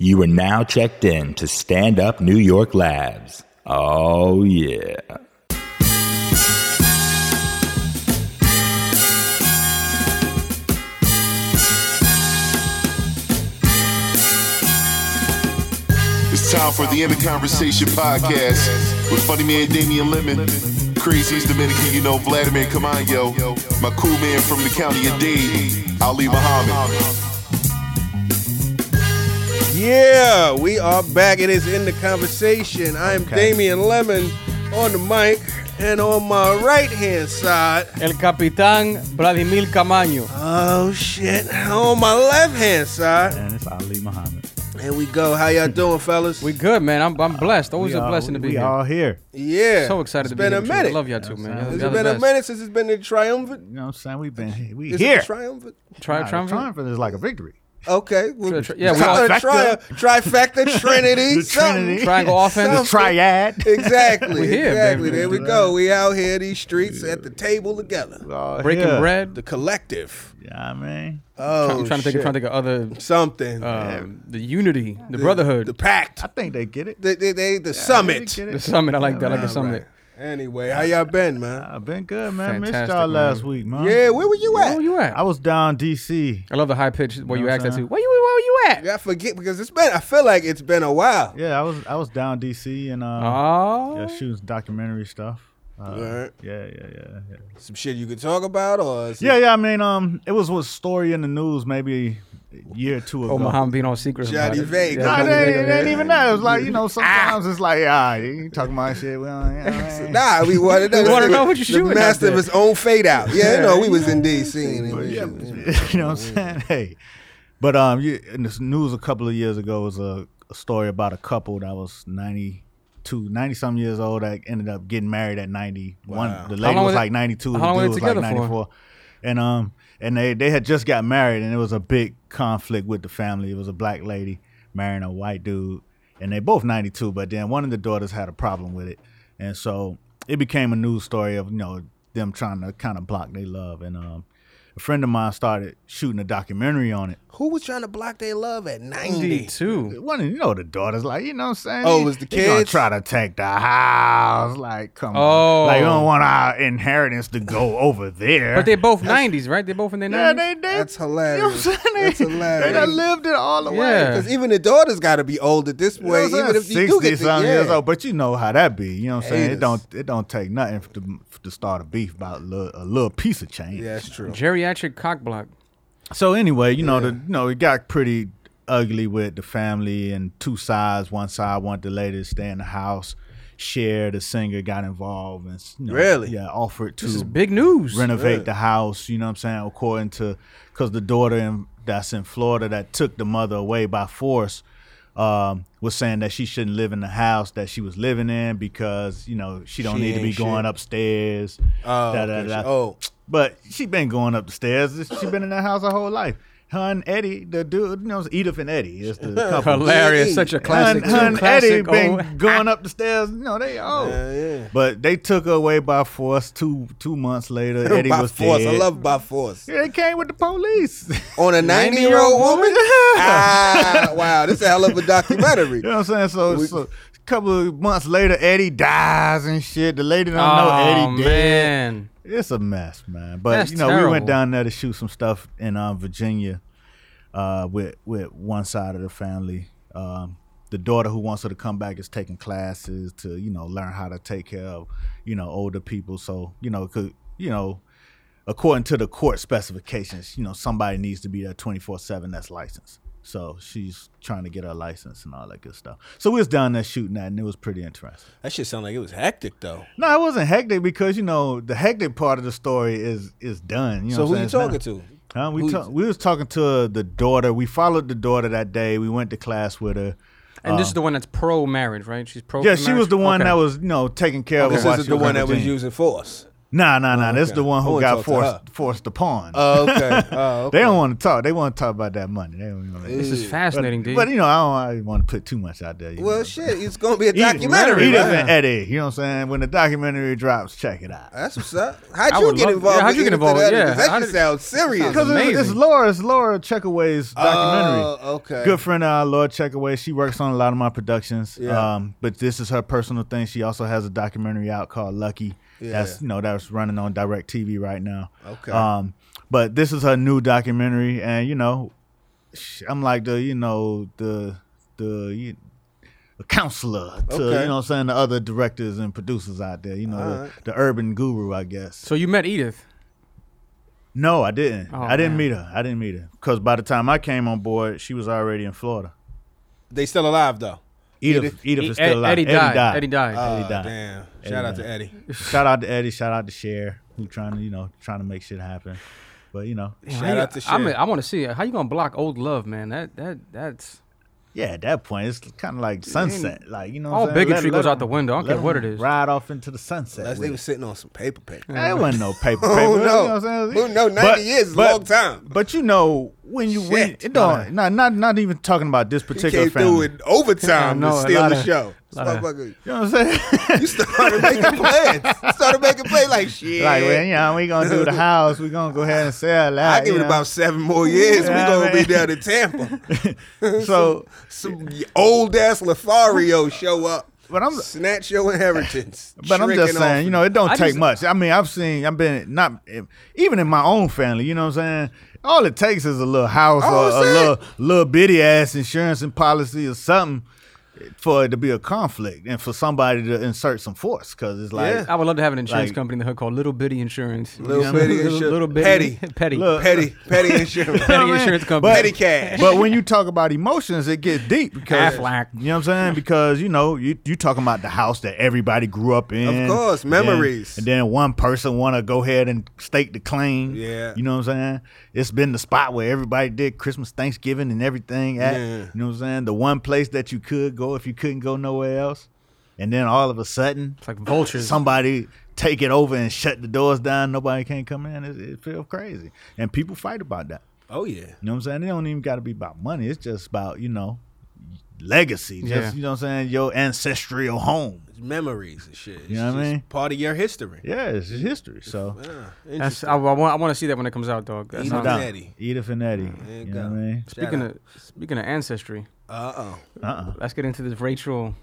You are now checked in to Stand Up New York Labs. Oh, yeah. It's time for the End of Conversation podcast with funny man Damian Lemon, crazy's Dominican, you know, Vladimir Camayo, my cool man from the county of Dade, Ali Muhammad. Yeah, we are back. It is in the conversation. I am Damian Lemon on the mic, and on my right hand side, El capitán Vladimir Camaño. oh shit, on my left hand side, And it's Ali Muhammad. and we go. How y'all doing, fellas? Hmm. We good, man. I'm, I'm blessed. Always We a all- blessing to be we here. all here. yeah, So excited to be It's here. been a with you. I minute. love y'all too, man. It's Y'all the been a best. minute since it's been the triumphant. You know what I'm saying? We've been here. We Is here. It a triumphant. Try, Nah, try, triumphant is like a victory. Okay. Well, Tri- yeah, we tri- all- tri- trifecta, Trinity, The something. Trinity. triangle The offense. triad. Exactly. We here, exactly. baby. There we go. We out here these streets at the table together. We all Breaking here. bread. The collective. Yeah, I mean, Oh, I'm trying to think. I'm shit. trying to think of other. something. Um, the unity, the, brotherhood, The the, pact. I think they get it. The, the, the, the summit. They get it. summit. I like that. I like the All summit. right. Anyway, how y'all been, man? I've been good, man. Missed Fantastic, y'all last man. week, man. Yeah, where were you Where at? you at? I was down D.C. I love the high pitch where Know you what ask that I'm too. Where you? Where you at? I forget because it's been. I feel like it's been a while. Yeah, I was I was down D.C. and uh, yeah, Oh, shooting documentary stuff. Uh, Alright. Yeah, yeah, yeah, yeah. Some shit you could talk about, or is it Yeah, yeah. I mean, um, it was was story in the news maybe a year or two ago. oh, Muhammad being all secret. about Johnny it. Vegas. Nah, Johnny it ain't, Vegas, it ain't yeah. even that. It's like you know, sometimes it's like, ah, you talking about shit. We don't, you know, Nah, we wanted to We wanna know what you the shooting out Master of there. his own fade out. Yeah, no, we was in D.C. and we yeah, shooting. you know what I'm saying? Hey, but um, you, in this news a couple of years ago was a, a story about a couple that was 92, 90 some years old that ended up getting married at 91. The lady long was were they- like 92, how long the were dude they was like together for? 94. And um, and they they had just got married, and it was a big conflict with the family. It was a black lady marrying a white dude, and they both 92. But then one of the daughters had a problem with it, and so it became a news story of you know them trying to kind of block their love. And um, a friend of mine started shooting a documentary on it. Who was trying to block their love at ninety? Ninety-two. One, of- you know, the daughter's like, you know, what I'm saying, Oh, They- it was the they gonna kids? try to take the house. Like, come Oh. on, like you don't want our inheritance to go over there. But they both nineties, right? They both in their Yeah, nineties. they did. That's hilarious. You know what I'm saying? That's They- They hilarious. done lived it all the way. Yeah. Because even the daughter's got to be old at this You know point. what I'm Even if saying? you do get the, something years yeah. old, but you know how that be. You know what I'm saying? Haters. It don't it don't take nothing for to, for to start a beef about a little, a little piece of change. yeah, that's true. Geriatric cock block. So anyway, you know, the you know, it got pretty ugly with the family and two sides. One side wanted the lady to stay in the house. Cher, the singer, got involved and you know, Really? yeah, offered to This is big news. renovate the house. You know what I'm saying? According to because the daughter in, that's in Florida that took the mother away by force um, was saying that she shouldn't live in the house that she was living in because you know she don't She need to be ain't going shit. upstairs. Oh, da, da, okay, da. she- oh. but she been going up the stairs. She been in that house her whole life. Her and Eddie, the dude, you know, it's Edith and Eddie, is the couple. Hilarious. Such a classic. Her, her and classic Oh, Eddie been old- going up the stairs. You know, they old. But they took her away by force two two months later. Eddie by was force. dead. I love by force. Yeah, they came with the police. On a 90 year old woman? ah, wow, this is a hell of a documentary. you know what I'm saying? So, so a couple of months later, Eddie dies and shit. The lady don't Oh know Eddie dead. man. It's a mess, man. But That's you know, we went terrible. down there to shoot some stuff in um, Virginia uh, with with one side of the family. Um, the daughter who wants her to come back is taking classes to you know learn how to take care of you know older people. So you know, could you know. According to the court specifications, you know somebody needs to be there twenty four seven. That's licensed. So she's trying to get her license and all that good stuff. So we was down there shooting that, and it was pretty interesting. That shit sound like it was hectic, though. No, it wasn't hectic because you know the hectic part of the story is is done. You know So, who what I'm you saying? talking It's to? not- Huh? who We you- talk, we was talking to the daughter. We followed the daughter that day. We went to class with her. And Uh. this is the one that's pro marriage, right? She's pro. Yeah, she was the one marriage? that Okay. was you know taking care of. her This while is she the in one that was Virginia. using force. Nah, nah, nah. This is okay. the one I who wanna got talk to her. forced forced upon. Oh, okay. Oh, okay. They don't want to talk. They want to talk about that money. They don't even wanna- This is Yeah. fascinating, but, dude. but, you know, I don't want to put too much out there. you know. Well, shit, it's gonna be a He- documentary. He right? doesn't edit. You know what I'm saying? When the documentary drops, check it out. That's what's up. I How'd you would get love- involved? yeah, how'd you with Ethan get involved? Eddie? Yeah, 'Cause that how shit did- sounds serious. sounds Because it's, it's amazing. Laura. It's Laura Checkaway's documentary. Oh, okay. Good friend, uh, Laura Checkaway. She works on a lot of my productions. Yeah. Um, but this is her personal thing. She also has a documentary out called Lucky. Yeah. That's you know that's running on Direct TV right now. Okay. Um, but this is her new documentary, and you know, sh- I'm like the you know the the you, a counselor to Okay. you know what I'm saying the other directors and producers out there. You know the, Alright. the urban guru, I guess. so you met Edith. No, I didn't. Oh, I didn't man. meet her. I didn't meet her because by the time I came on board, she was already in Florida. They still alive though. Edith, Edith, E- is still alive. Eddie, died. Eddie died. Oh, died. Uh, damn. Eddie Shout out to died. Eddie. Shout out to Eddie. Shout out to Cher, who trying to you know trying to make shit happen. But you know, Damn, Shout how you- out to I'm Cher. a- I want to see it. how you gonna block old love, man. That that that's yeah, at that point it's kind of like sunset. Like you know, what all I'm saying? bigotry Let- let goes out the them- window. I don't let care what it them is. Ride off into the sunset. Unless they with were sitting on some paper paper. it. There wasn't no paper. paper Oh, you know what I'm no. saying? Who know? 90 years is a long time. But you know when you when Shit. it don't not not not even talking about this He particular came family. through in overtime I know, to a steal lot the of- show. This lot of- motherfucker, You know what I'm saying? You started making plans. Started making plans like shit. Like, well, you know, we gonna do the house. We gonna go ahead and sell that. I give you it know? about seven more years. Yeah, we gonna man. be down in Tampa. so. Some old ass Lothario show up, But I'm snatch your inheritance. But I'm shrinking just off. saying, you know, it don't I take just- much. I mean, I've seen, I've been not even in my own family. You know what I'm saying? All it takes is a little house Oh, or a that's it. little little bitty ass insurance and policy or something for it to be a conflict and for somebody to insert some force because it's like. Yeah. I would love to have an insurance Like- company in the hood called Little Bitty Insurance. Little You know, Bitty Insur- Little Bitty. Petty. Petty. Look. petty, petty insurance, You Petty know what I mean? insurance company. But- petty cash. But when you talk about emotions, it get deep because Aflac. you know what I'm saying. Because you know you you talking about the house that everybody grew up in, Of course, and then- memories. and then one person want to go ahead and stake the claim. Yeah. you know what I'm saying. It's been the spot where everybody did Christmas, Thanksgiving, and everything at. Yeah. You know what I'm saying. The one place that you could go if you couldn't go nowhere else, and then all of a sudden, It's like vultures. somebody take it over and shut the doors down. Nobody can come in. It, it feels crazy, and people fight about that. oh yeah, You know what I'm saying? It don't even got to be about money. It's just about, you know, legacy. Just, Yeah. you know what I'm saying? Your ancestral home. it's memories and shit. It's You know what I just mean? Part of your history. Yeah, it's just history. So, Ah, That's, interesting. I, I want. I want to see that when it comes out, dog. That's Edith no not- doubt. Eddie. Edith and Eddie. There Mm, You you know go. what I mean? Speaking of speaking of ancestry, Uh oh, Uh-uh. let's get into this Rachel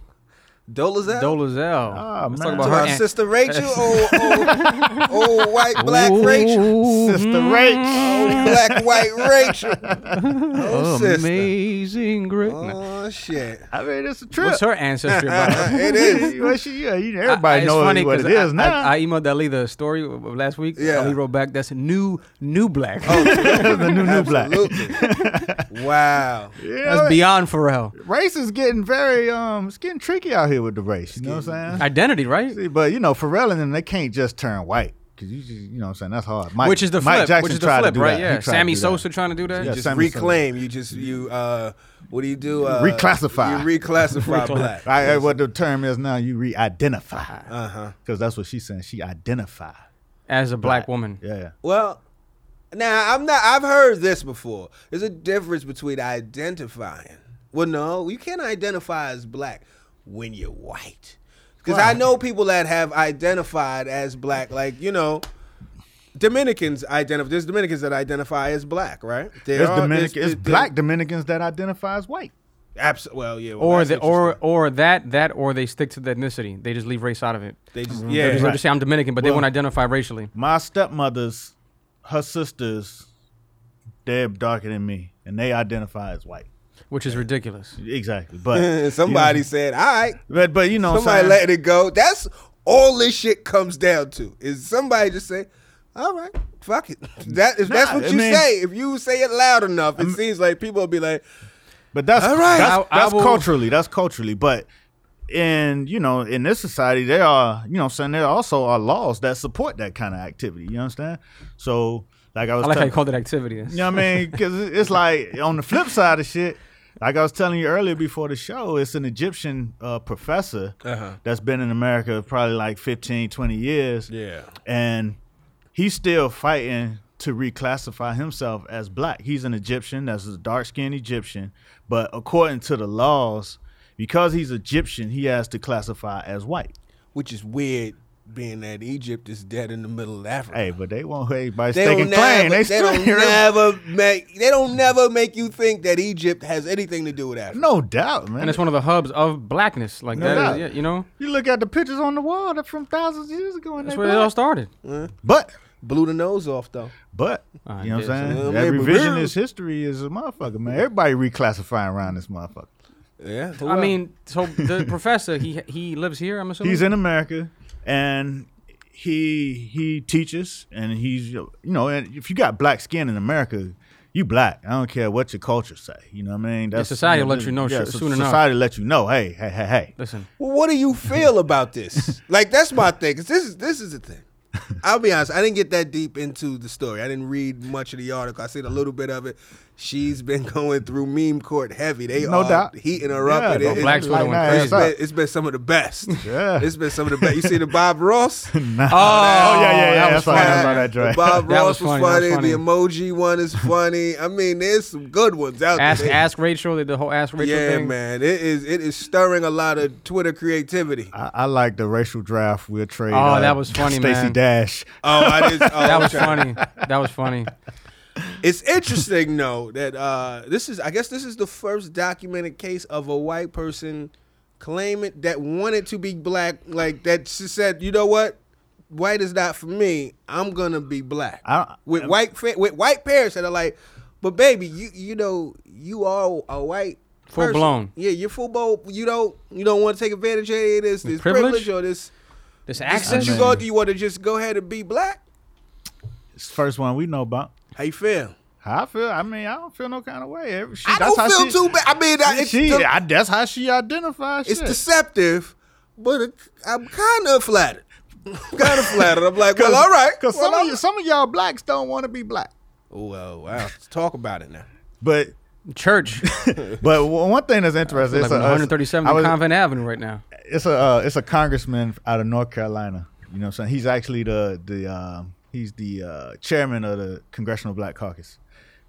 Dola's out. Dolezal. Ah, let's talk man. To about her our aunt. sister Rachel, old, old, old white black Ooh, Rachel, Mm-hmm. Sister Rach. black white Rachel. Oh, sister. Amazing great. Oh shit. I mean, it's a trip. What's her ancestry about? it is. Well, she- yeah, you- everybody it's knows funny what it 'cause is I, now. I, I emailed Ali the story w- w- last week. Yeah. Ali wrote back, "That's new, new black. Oh. the new, new black. Absolutely. wow. Yeah, That's beyond Pharrell. race is getting very, um, it's getting tricky out here with the race. You know what I'm saying? Identity, right? See, but you know, Pharrell and them, they can't just turn white because you, just, you know, what I'm saying that's hard. Mike, which is the Mike flip. Jackson which is the tried to flip, do right? that. He Yeah. tried to Sammy do that. Sosa trying to do that. Yeah, just Sammy reclaim. You just you uh what do you do? Uh, Reclassify. You reclassify black. I, I- what the term is now, you re-identify Uh-huh. because that's what she's saying. She identify. As a black woman. Yeah, yeah. Well, now I'm not I've heard this before. There's a difference between identifying. Well, no, you can't identify as black when you're white. Because I know people that have identified as black, like, you know, Dominicans identify. There's Dominicans that identify as black, right? There There's are- Dominican. there's- It's there- black Dominicans that identify as white. Abs- well, yeah. well, Or that's the or interesting. or that that or they stick to the ethnicity. They just leave race out of it. they just They yeah. just, Right. just say I'm Dominican, but they Well- won't identify racially. My stepmother's, her sisters, they're darker than me, and they identify as white. which is ridiculous. Exactly, but Somebody you know, said, "All right, but but you know, what I'm somebody saying? letting it go." That's all this shit comes down to is somebody just say, "All right, fuck it." That if that's Nah, what I you mean- say, if you say it loud enough, it seems like people will be like, But that's All right. That's, I- I that's will- culturally. That's culturally. But in you know in this society, there are you know what I'm saying there also are laws that support that kind of activity. You understand? So like I was. I like how telling- you called it activity. you know what I mean? Because it's like on the flip side of shit, like I was telling you earlier before the show, it's an Egyptian uh, professor Uh-huh. that's been in America probably like 15, 20 years. Yeah. And he's still fighting to reclassify himself as black. He's an Egyptian, that's a dark skinned Egyptian. But according to the laws, because he's Egyptian, he has to classify as white. Which is weird, being that Egypt is dead in the middle of Africa. Hey, but they won't everybody They stake don't and claim. never, They, they, still don't never make they don't never make you think that Egypt has anything to do with Africa. No doubt, man. and it's one of the hubs of blackness. Like No that, is- doubt. yeah, you know, you look at the pictures on the wall that from thousands of years ago, and that's they where it black. all started. But Blew the nose off though. But I you know what guess, I'm uh, saying? maybe That we revisionist history is a motherfucker, man. Everybody reclassifying around this motherfucker. Yeah. who I else? mean, so the professor, he he lives here. I'm assuming He's in America, and he he teaches, and he's you know, and if you got black skin in America, you black. I don't care what your culture say. You know what I mean? That's society you will let you know shit so- soon enough. Society let you know. Hey, hey, hey, hey. Listen, Well, what do you feel about this? like that's my thing. 'cause this is this is the thing. I'll be honest. I didn't get that deep into the story. I didn't read much of the article. I seen a little bit of it. She's been going through meme court heavy. They No are doubt. heating her up. Yeah, and no, it- it- Black Twitter went nah, crazy. it's it's up. been, it's been some of the best. Yeah. It's been some of the best. You see the Bob Ross? Oh, Nah. oh yeah, yeah, that yeah. was I saw that, I saw funny. that The Dre. Bob That Ross was was funny, funny, that was The emoji one is funny. I mean, there's some good ones out ask there. ask Rachel the whole ask Rachel yeah, thing. man. It is it is stirring a lot of Twitter creativity. I, I like the racial draft. We'll trade. Oh, uh, that was funny, Stacey man. Dash. Oh, I did, oh That was funny. That was funny. It's interesting though that uh, this is I guess this is the first documented case of a white person claiming that wanted to be black, like that she said, you know what, white is not for me. I'm gonna be black I- um, with white fa- with white parents that are like, but baby, you you know you are a white. Full person. blown. yeah. You're full blown. You don't, you don't want to take advantage of any of this, this privilege? Privilege? or this. This Since accent. you go, do you want to just go ahead and be black? It's the first one we know about. How you feel? How I feel. I mean, I don't feel no kind of way. Every- She, I that's don't how feel she, too bad. I mean, I- it's She, the- I, that's how she identifies. It's shit. deceptive, but it, I'm kind of flattered. I'm kind of flattered. I'm like, well, all right. Because Well, some, all of you, some of y'all blacks don't want to be black. Oh, well, wow. Let's talk about it now. But Church. but one one thing that's interesting, like it's, a, on I 137th was- Convent Avenue right now. it's a uh, it's a congressman out of North Carolina. You know, what I'm saying he's actually the the um, he's the uh, chairman of the Congressional Black Caucus,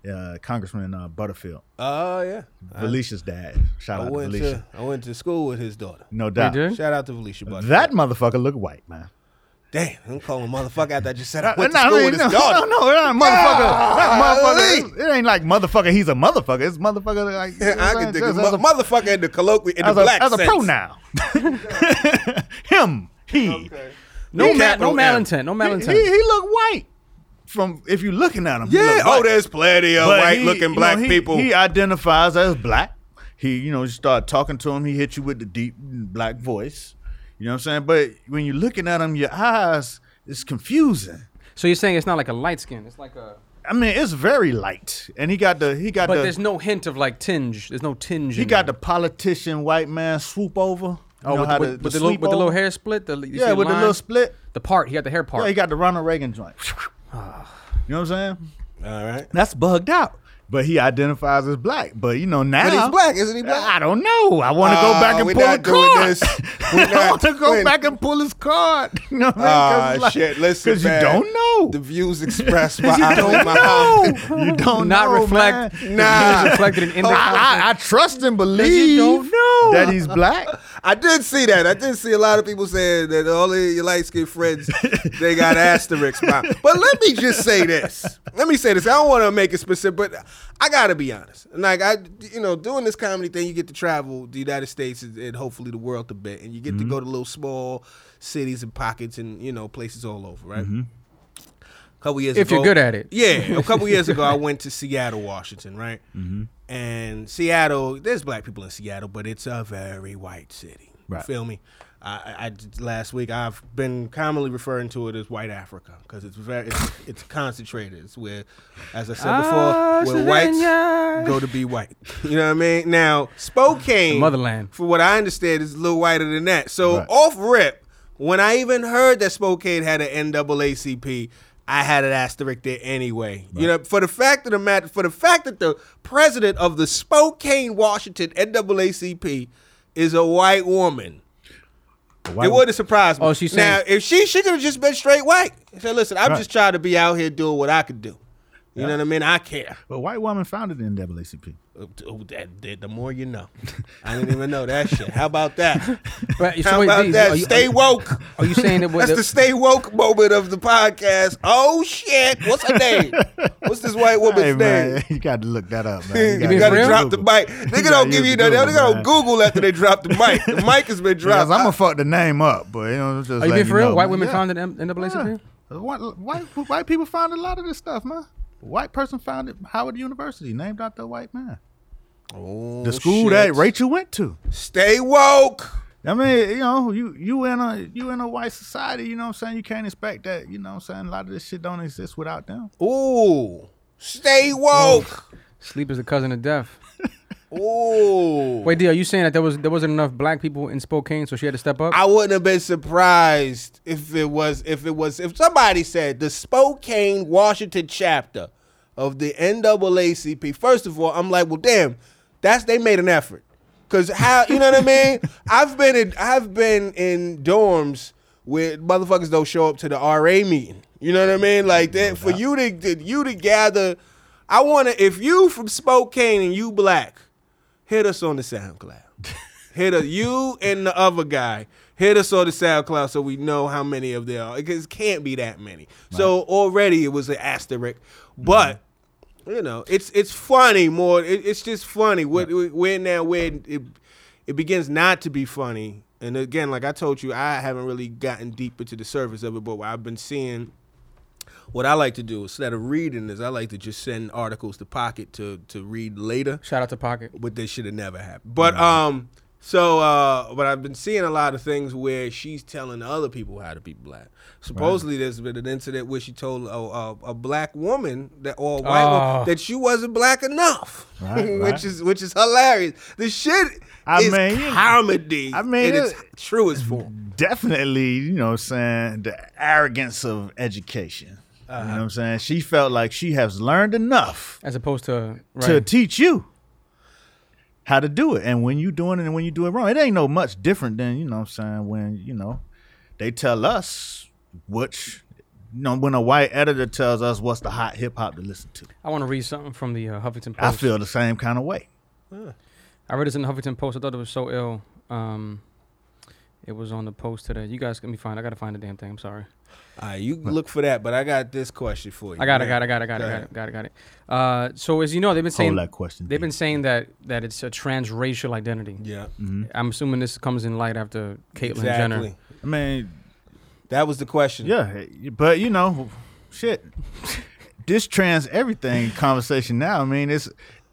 uh, Congressman uh, Butterfield, Oh, yeah. Felicia's dad. Shout I out to went Felicia, to, I went to school with his daughter. no doubt. did? Shout out to Felicia Butter. That motherfucker look white, man. Uh, Damn, I'm calling motherfucker after I just said I went to Nah, I school mean, with his no, daughter. No, no, no, motherfucker. that Golly. motherfucker. It ain't like motherfucker. He's a motherfucker. It's motherfucker. Like you know what I can I'm saying? think of Just as a- mo- motherfucker in the colloquial, in the as black a, as a sense. pronoun. Him, he. No, ma- capital no M. malintent. No He, malintent. he, he look white. From if you looking at him, he Yeah. look Oh, white. there's plenty of But he- you white-looking know, black he- people. He uh, identifies as black. He, you know, you start talking to him. He hit you with the deep black voice. You know what I'm saying? But when you're looking at him, your eyes is confusing. so you're saying it's not like a light skin. It's like a. I mean, it's very light, and he got the he got But the there's no hint of like tinge. There's no tinge. He got the politician white man swoop over. You Oh, know with, how with, to- with the to little, sweep with the little over? hair split. The, you see Yeah, with the line? little split. The part. He got the hair part. Yeah, he got the Ronald Reagan joint. you know what I'm saying? All right. That's bugged out. But he identifies as black. But you know now But he's black, isn't he black? I don't know. I want to go Uh, back and we're pull not a doing card. this. We're I not want to go doing- back and pull his card. You know what Ah, I mean? 'Cause, like- shit. Listen, you man, don't know. The views expressed by you Aisha don't Muhammad. know. you don't not know, man. Oh, reflect. Nah. It's reflected in. in the I, I, I trust and believe you don't know. that he's black. I did see that. I did see a lot of people saying that all of your light skinned friends they got asterisks. by. But let me just say this. Let me say this. I don't want to make it specific, but I gotta be honest. Like I, you know, doing this comedy thing, you get to travel the United States and, and hopefully the world a bit, and you get to go to little small cities and pockets and you know places all over, right? couple years If ago, you're good at it. Yeah, a couple years ago, I went to Seattle, Washington, right? And Seattle, there's black people in Seattle, but it's a very white city. You Right. feel me? I, I- I did- last week I've been commonly referring to it as white Africa because it's very it's, it's concentrated. It's where, as I said Ah, before, where whites go to be white. You know what I mean? Now Spokane, motherland. for what I understand, is a little whiter than that. So Right. off rip, when I even heard that Spokane had an NAACP, I had an asterisk there anyway. You know, for the fact of the matter, for the fact that the president of the Spokane, Washington NAACP is a white woman, Why it wouldn't surprise me. Oh, she's now saying- if she she could have just been straight white. She said, "Listen, I'm Right. just trying to be out here doing what I could do. You know what I mean? I care. But white woman founded the NAACP. Oh, that- that- the more you know. I didn't even know that shit. How about that? Right, so How wait, about these- that? are you- stay are you- woke. Are you saying that? That's the stay woke moment of the podcast. Oh shit! What's her name? What's this white woman's Hey, name? man, you got to look that up, You man. gotta, gotta use drop the mic. Nigga don't give you no. Nigga don't Google after they drop the mic. The mic has been Because dropped. I'm gonna fuck the name up, but you know, just Are Oh, you letting being for real? know, White man. women Yeah. founded M- NAACP? Yeah. White, white, white people founded a lot of this stuff, man. White person founded Howard University, named after a white man. Oh, The school shit. that Rachel went to. Stay woke. I mean, you know, you you in a you in a white society, you know what I'm saying? You can't expect that, you know what I'm saying? A lot of this shit don't exist without them. Ooh, stay woke. Sleep is the cousin of death. Ooh. Wait, D, are you saying that there was there wasn't enough black people in Spokane, so she had to step up? I wouldn't have been surprised if it was if it was if somebody said the Spokane, Washington chapter of the NAACP. First of all, I'm like, well, damn, that's they made an effort. Cause how you know what I mean? I've been in I've been in dorms where motherfuckers don't show up to the RA meeting. You know what I mean? Like that for you to, to you to gather. I wanna if you from Spokane and you black, hit us on the SoundCloud. Hit us, you and the other guy. Hit us on the SoundCloud so we know how many of there are. Because it can't be that many. So already it was an asterisk, but you know it's it's funny more. It, it's just funny. What where now where it it begins not to be funny. And again, like I told you, I haven't really gotten deep into the surface of it, but I've been seeing what I like to do instead of reading is I like to just send articles to Pocket to to read later Shout out to Pocket. but this should have never happened. But um, so uh, but I've been seeing a lot of things where she's telling other people how to be black. Supposedly, there's been an incident where she told a, a, a black woman that or a white Oh. woman that she wasn't black enough, which Right, right. is which is hilarious. The shit I is mean, you- comedy. I in mean, its it- truest form. Definitely, you know what I'm saying, the arrogance of education. Uh-huh. You know what I'm saying? She felt like she has learned enough As opposed to right. to teach you how to do it. And when you doing it and when you do it wrong, it ain't no much different than, you know what I'm saying, when, you know, they tell us which you know, when a white editor tells us what's the hot hip hop to listen to. I want to read something from the uh, Huffington Post. I feel the same kind of way. I read this in the Huffington Post. I thought it was so ill. Um, it was on the post today. You guys, let me find. I gotta find the damn thing. I'm sorry. All right, you look for that, but I got this question for you. I got it. Now, Got it. Got it. Got it. go Got ahead. it. Got it. Got it. Uh, so as you know, they've been saying Hold that question. they've Dave. been saying that that it's a transracial identity. Yeah, I'm assuming this comes in light after Caitlyn Jenner. exactly. I mean, That was the question. yeah, but you know, shit. this trans everything conversation now. I mean, it's.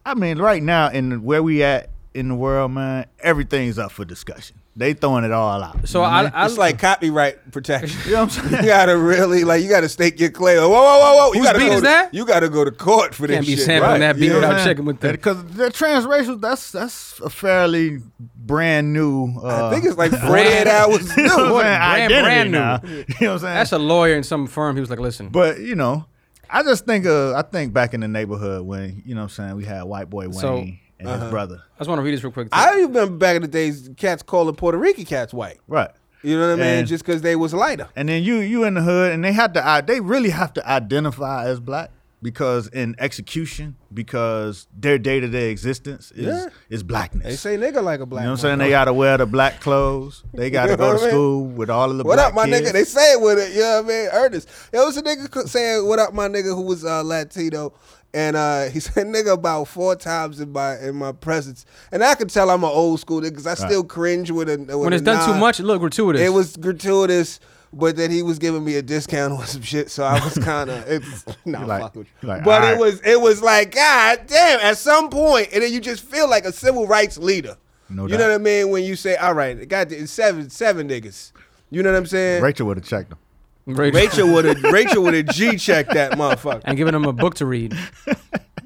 I mean, right now in where we at in the world, man, everything's up for discussion. They throwing it all out. So I, I It's like copyright protection. You know what I'm You saying? gotta really like you gotta stake your claim. Whoa, whoa, whoa, whoa! You Whose gotta beat go is to, that? You gotta go to court for Can't this be shit. sampling that beat You know what without I'm saying? checking with the- because the transracial. That's that's a fairly brand new. Uh, I think it's like 48 hours. you know what new. I'm saying? brand- Identity brand new. now. You know what I'm saying? that's a lawyer in some firm. He was like, "Listen, But you know, I just think uh, I think back in the neighborhood when you know what I'm saying we had white boy Wayne So- uh-huh. and his brother, I just want to read this real quick." I remember back in the days, cats calling Puerto Rican cats white. right? You know what I mean? And- Just because they was lighter. And then you you in the hood, and they had to i- they really have to identify as black because in execution because their day to day existence is Yeah. is They blackness. say nigga like a black. you know what I'm man. saying? They gotta wear the black clothes. They gotta go what to I mean? school with all of the What black up, my kids. nigga? They say it with it. You know what I mean? Ernest. There was a nigga co- saying, "What up, my nigga?" Who was uh, Latino, and uh, he said, "Nigga," about four times in my in my presence, and I could tell I'm an old school nigga because I still cringe with a with when a it's done too nod. much, it look gratuitous. It was gratuitous, but then he was giving me a discount on some shit, so I was kind of not like- fuck with you. you're like, but it "Alright." was it was like God damn. At some point, and then you just feel like a civil rights leader. No you doubt. know what I mean? When you say, "All right, God, it's seven seven niggas," you know what I'm saying? Rachel would have checked them. Rachel. Rachel would have Rachel would have G checked that motherfucker. and giving him a book to read.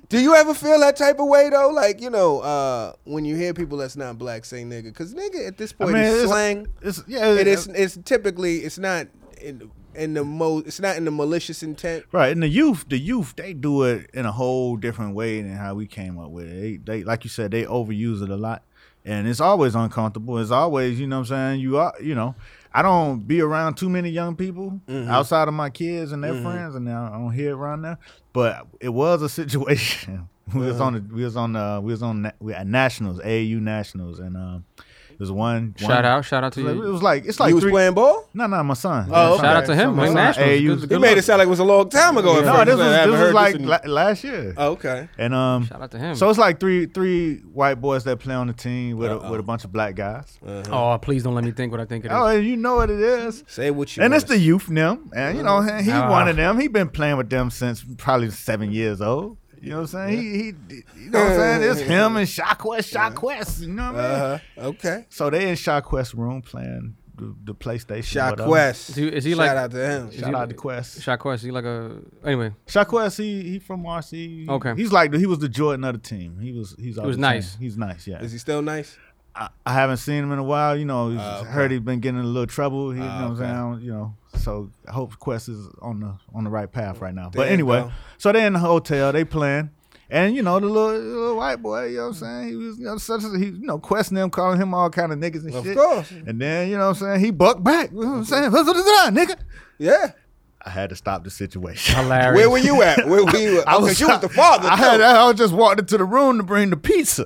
Do you ever feel that type of way though? Like you know, uh, when you hear people that's not black say nigga, because nigga at this point I mean, is it's- slang. It's yeah, it it's- is it's typically it's not in, in the mo. It's not in the malicious intent. Right, and the youth, the youth, they do it in a whole different way than how we came up with it. They, they like you said, they overuse it a lot, and it's always uncomfortable. It's always, you know, what I'm saying, you are, you know, I don't be around too many young people Mm-hmm. outside of my kids and their friends, and I don't hear it around there. But it was a situation. we Uh-huh. was on, the, we was on, the, we was on, na- we at nationals, AAU nationals, and um, it was one, one Shout out, shout out to It was like, it you. was like it's like you was three. playing ball. no, no, my son. Oh, okay. Shout out to him. My Win son, nationals. AAU Good- 's You good made luck. it sound like it was a long time ago. at no, first. this was Oh, I haven't this was heard like in- la- last year. Oh, okay. And um, Shout out to him. so it's like three three white boys that play on the team with a, with a bunch of black guys. oh, please don't let me think what I think it is. Oh, and you know what it is. Say what you. And want. it's the youth now, and you know he Ah. one of them. He been playing with them since probably seven years old. You know what I'm saying? He, he you know what I'm saying? It's him and Shaqquest, Shaqquest. You know what I mean? Uh-huh. Okay. So they in Shaqquest's room playing the, the PlayStation. Shaq whatever. Quest. Is he- is he Shout like- out to him. Shout out to Quest. Shot Quest, he like a anyway. Shaquez, he he from RC. Okay. he's like he was the Jordan of the team. He was he's. He was nice. He's nice. Yeah. Is he still nice? I, I haven't seen him in a while. You know, Ah, he's- heard he's been getting in a little trouble. He, you know what I'm saying? You know, so I hope Quest is on the on the right path right now. There but you anyway, go. so they in the hotel. They playing. And you know the little, little white boy, you know what I'm saying? He was, you know, such a, he, you know, questing them, calling him all kind of niggas and Of shit. course. And then you know what I'm saying? He bucked back. You know what I'm saying? Nigga, Yeah. I had to stop the situation. Hilarious. Where were you at? Where were you? At? I was. You was the father. I, had, too. I just walked into the room to bring the pizza.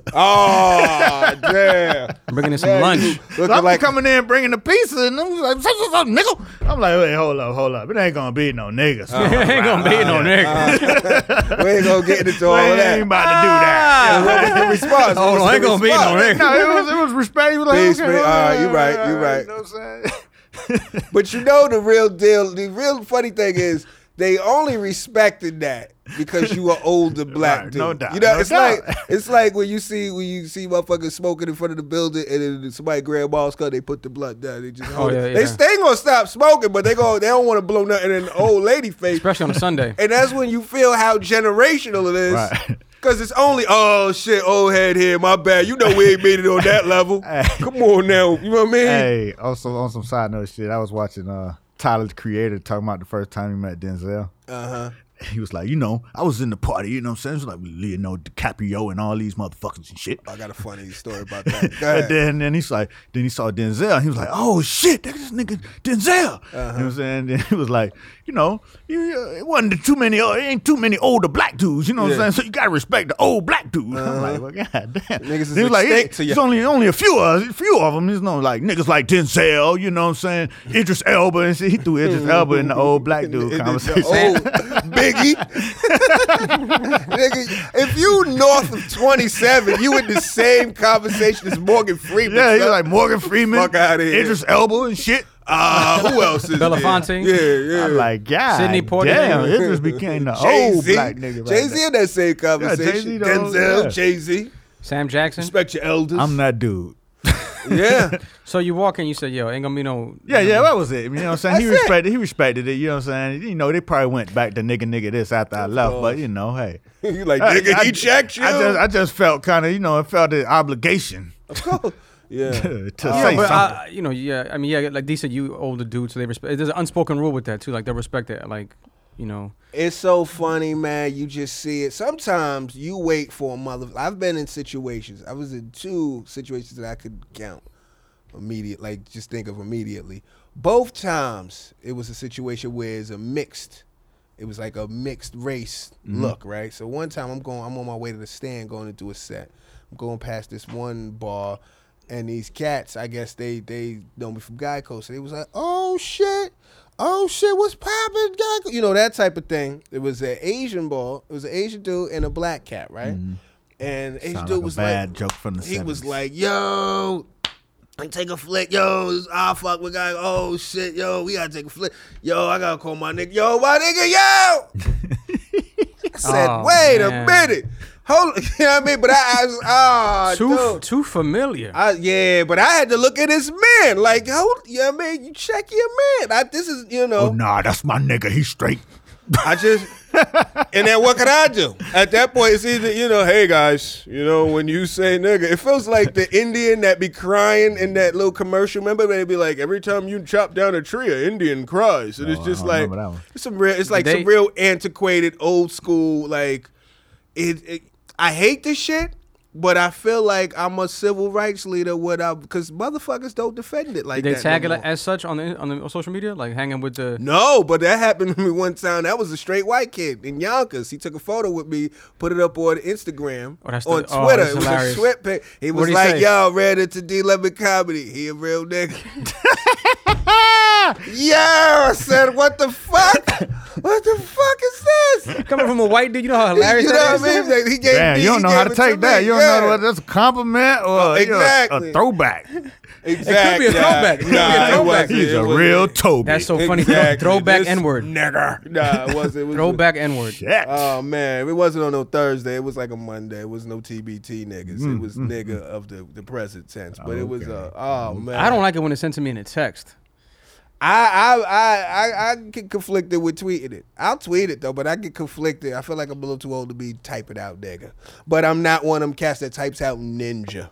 Oh damn! bringing in some lunch. So Looking I'm like coming in bringing the pizza, and I'm like, "Sup, sup, sup, nigga. I'm like, wait, hold up, hold up. It ain't gonna be no niggas. ain't gonna be no nigga. we ain't gonna Uh-huh. get into all we of that. ain't about to do that. Ah. What was the response? Hold What on, was ain't the gonna be no response? nigga. No, it was it was respect. He was like, Peace, okay, man. all Ah, you all right, all you right. You know what I'm saying? But you know the real deal. The real funny thing is they only respected that because you were older black Right, dude. no doubt, You know, no it's doubt. like it's like when you see when you see motherfuckers smoking in front of the building and then somebody grab balls cut, they put the blood down. They just hold Oh, yeah, it. They yeah. stay gonna stop smoking, but they go they don't want to blow nothing in an old lady face. Especially on a Sunday. And that's when you feel how generational it is. Right. Cause it's only oh shit, old head here, my bad. You know we ain't made it on that level. Come on now, you know what I mean? hey, also on some side note, shit. I was watching uh Tyler the Creator talking about the first time he met Denzel. Uh huh. He was like, you know, I was in the party, you know what I'm saying? It was like with Leonardo DiCaprio and all these motherfuckers and shit. I got a funny story about that. Go ahead. And then, then he's like, then he saw Denzel. And he was like, oh shit, that this nigga Denzel. You know what Uh-huh. I'm saying? Then he was like, you know, you, you- it wasn't too many, uh, it ain't too many older black dudes. You know what Yeah. Uh-huh. I'm saying? So you gotta respect the old black dudes. I'm like, well, god damn. Niggas is He was like, extinct to it's you. only only a few of a few of them. There's no like niggas like Denzel. You know what I'm saying? Idris Elba and shit. He threw Idris Elba in the old black dude conversation. Oh, Biggie. Nigga, if you north of 27, you in the same conversation as Morgan Freeman. yeah, he's son. like Morgan Freeman, Fuck outta here. Idris Elba and shit. uh, who else is Belafonte? There? Yeah, yeah. I'm like, God, Sidney Poitier. damn, it just became the old black nigga. Right Jay Z now. in that same conversation. Jay-Z the whole- Denzel, yeah. Jay Z. Sam Jackson. Respect your elders. I'm that dude. yeah. So you walk in, you say, "Yo, ain't gonna be no." Yeah, yeah, that was it. You know what I'm saying? He That's it. respected he respected it, you know what I'm saying? You know, they probably went back to nigga nigga this after I left, but you know, hey. you like, I- nigga, I- he checked you. I just I just felt kinda, you know, I felt the obligation yeah. Yeah, to, to say but something. I, you know, yeah. I mean, yeah. Like these are you older dudes, so they respect. There's an unspoken rule with that too. Like they respect it. Like, you know, It's so funny, man. You just see it. Sometimes you wait for a mother. I've been in situations. I was in two situations that I could count immediate, like just think of immediately. Both times it was a situation where it's a mixed. It was like a mixed race Mm-hmm. look, right? So one time I'm going, I'm on my way to the stand, going to do a set. I'm going past this one bar, and these cats, I guess they they know me from Geico, so they was like, "Oh shit, oh shit, what's poppin', Geico?" You know that type of thing. It was an Asian bar, it was an Asian dude and a black cat, right? And Asian Mm-hmm. Sound dude like a was bad like, joke from the he was 70s. like, "Yo, I take a flick, yo. I fuck with guy. Oh shit, yo, we gotta take a flick, yo. I gotta call my nigga, yo, my nigga, yo." I said, Oh, "Wait man. a minute, hold." You know what I mean? But I, I was, ah, too f- dude. too familiar. I, yeah, but I had to look at his man, like, hold, you know what I mean? You check your man. I, this is, you know, oh nah, that's my nigga, he's straight. I just and then what could I do? At that point, it's either you know, hey guys, you know, when you say nigga, it feels like the Indian that be crying in that little commercial. Remember, they'd be like, every time you chop down a tree, an Indian cries, and it's I just don't like remember that one. it's some real. It's like They- some real antiquated, old school. Like it, it. I hate this shit. But I feel like I'm a civil rights leader without, because motherfuckers don't defend it like Did they that. tag no it more. as such on the on the on social media, like hanging with the. No, but that happened to me one time. That was a straight white kid in Yonkers. He took a photo with me, put it up on Instagram, Oh, that's the- on oh, Twitter. that's it was hilarious. a sweat pic. He was he like, say? "Y'all read it to D Lemon comedy. He a real nigga." yeah, I said, "What the fuck? what the fuck is this?" Coming from a white dude, you know how hilarious you know that what I mean? is? Like, he gave Damn, me- you don't he know how gave to it take that. me. You don't Yeah. Oh, know whether that's a compliment or you know, a, exactly. throwback. Exactly. It could be a throwback. It could be a Nah, it throwback. wasn't. He's It a wasn't. real Toby. That's so funny. Exactly. Throwback This N word. nigger. Nah, it wasn't. It was Throwback N word. Shit. Oh man, it wasn't on no Thursday. It was like a Monday. It was no TBT niggas. Mm, it was nigga of the, the present tense. But it was uh, oh Mm-hmm. man. I don't like it when it's sent to me in a text. I I I I, I get conflicted with tweeting it. I'll tweet it though, but I get conflicted. I feel like I'm a little too old to be typing out nigga. But I'm not one of them cats that types out ninja.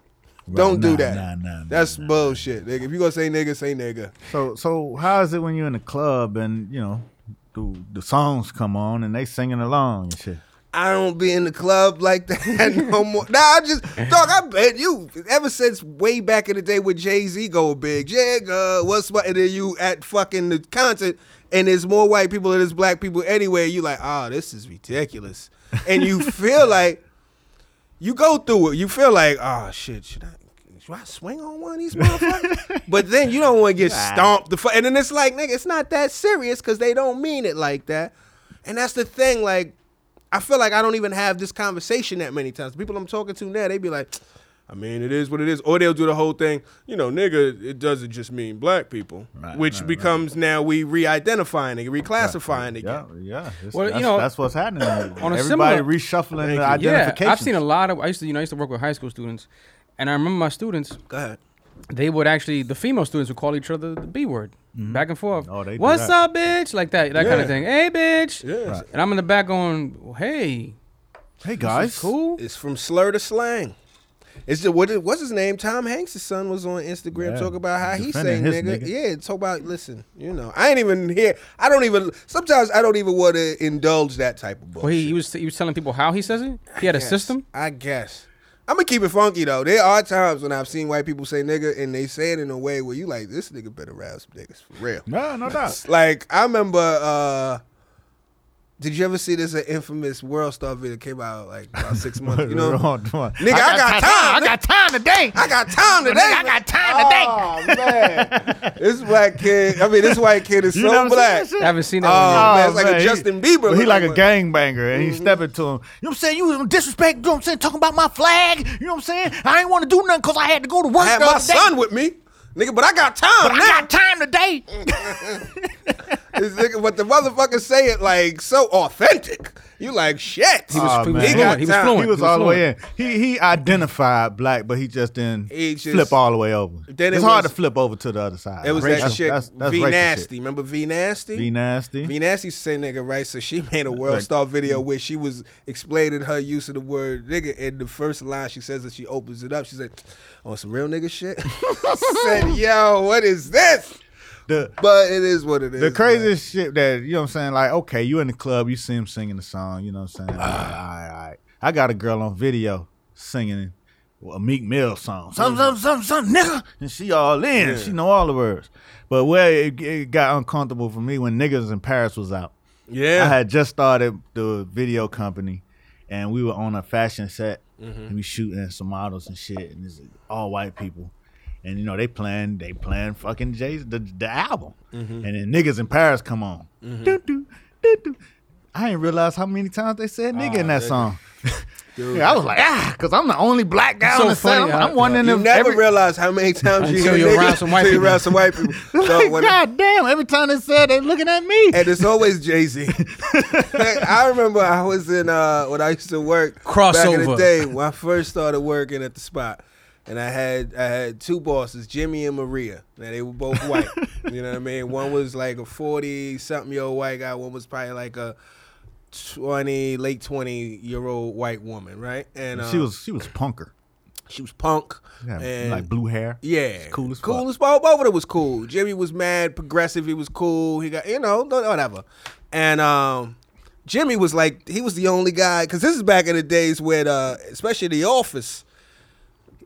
Don't do nah, that. nah, nah, nah, That's bullshit. Nigga. If you gonna say nigga, say nigga. So so how is it when you're in the club and you know the, the songs come on and they singing along and shit? I don't be in the club like that no more. Nah, I just dog. I bet you ever since way back in the day with Jay Z go big, yeah, what's my? And then you at fucking the concert, and there's more white people and there's black people anyway. You like, oh, this is ridiculous, and you feel like you go through it. You feel like, oh shit, should I? Should I swing on one of these motherfuckers? but then you don't want to get stomped. The fu- and then it's like, nigga, it's not that serious because they don't mean it like that. And that's the thing, like. I feel like I don't even have this conversation that many times. People I'm talking to now, they be like, I mean, it is what it is. Or they'll do the whole thing, you know, nigga, it doesn't just mean black people, Right, which right, right. becomes now we re identifying it, reclassifying it. Yeah, yeah. It's- Well, you that's, know, that's what's happening. on a Everybody similar- reshuffling the Yeah, identification. I've seen a lot of. I used to, you know, I used to work with high school students, and I remember my students. Go ahead. They would actually, the female students would call each other the B word, Mm-hmm. back and forth. Oh, they do What's that. up, bitch? Like that, that kind Yeah. of thing. Hey, bitch. Yeah. Right. And I'm in the back going, well, hey, Hey guys, cool. It's from slur to slang. It's the, what, what's his name? Tom Hanks' son was on Instagram Yeah, talking about how he say defending his nigga. nigga. Yeah, talk about listen, you know. I ain't even here. I don't even sometimes I don't even want to indulge that type of bullshit. Well, he, he was he was telling people how he says it. He had a Yes, system. I guess. I'm gonna keep it funky though. There are times when I've seen white people say nigga and they say it in a way where you like this nigga better rouse niggas for real. No, no doubt. Like I remember uh did you ever see this uh, infamous world star video that came out like about six months? You know, nigga, I got time. I got time today. I got time today. I got time today. Oh man, this black kid. I mean, this white kid is You know what so I'm black. saying? I haven't seen that Oh, one yet. man, it's like a Justin Bieber He, he looking like a one. Mm-hmm. gangbanger, and he stepping to him. You know what I'm saying? You was disrespect. You know what I'm saying? Talking about my flag. You know what I'm saying? I ain't want to do nothing because I had to go to work. I had the my other day, son with me, nigga, but I got time But I now. got time today. This nigga- but the motherfucker say it like so authentic. You like shit. He was- he was got fluent. He was time. fluent. He was He all the way in. fluent. He he identified black, but he just didn't He just- flip all the way over. Then it it's hard to was- flip over to the other side. It was Racial- that shit. That's, that's v racial nasty. shit. Remember V nasty? V nasty. V nasty used to say nigga right. So she made a world star video where she was explaining her use of the word nigga. And the first line she says that she opens it up. She said, "On some real nigga shit." I said, "Yo, what is this?" The- But it is what it is. the man. craziest shit that you know what I'm saying, like, okay, you in the club, you see him singing the song, you know what I'm saying? all Ah. right, all right. I got a girl on video singing a Meek Mill song. Some Mm. some some some nigga. And she all in. She know all the words. But where it, it got uncomfortable for me when niggas in Paris was out. Yeah. I had just started the video company, and we were on a fashion set, Mm-hmm. and we shooting some models and shit, and it's all white people, and you know they playing they playing fucking Jay's the, the album, Mm-hmm. and then niggas in Paris come on, Doo, doo, doo, doo. I didn't realize how many times they said nigga Ah, in that song. yeah, I was like, ah, because I'm the only black guy So on the set. funny I'm, how- I'm one in You them never every- realize how many times you Until hear you're nigga around some white until you're people. around some white people. So Like, when- God damn! Every time they said, they looking at me. and it's always Jay Z. I remember I was in uh, when I used to work back in the Crossover. day when I first started working at the spot. and I had I had two bosses, Jimmy and Maria. Now they were both white. you know what I mean? One was like a forty something year old white guy. One was probably like a twenty late twenty year old white woman, right? And she uh, was she was punker. she was punk. Yeah, and like blue hair. yeah, She's cool as cool fuck. as fuck. Both of them was cool. Jimmy was mad progressive. He was cool. He got you know th- whatever, and um, Jimmy was like he was the only guy because this is back in the days where uh, especially the office,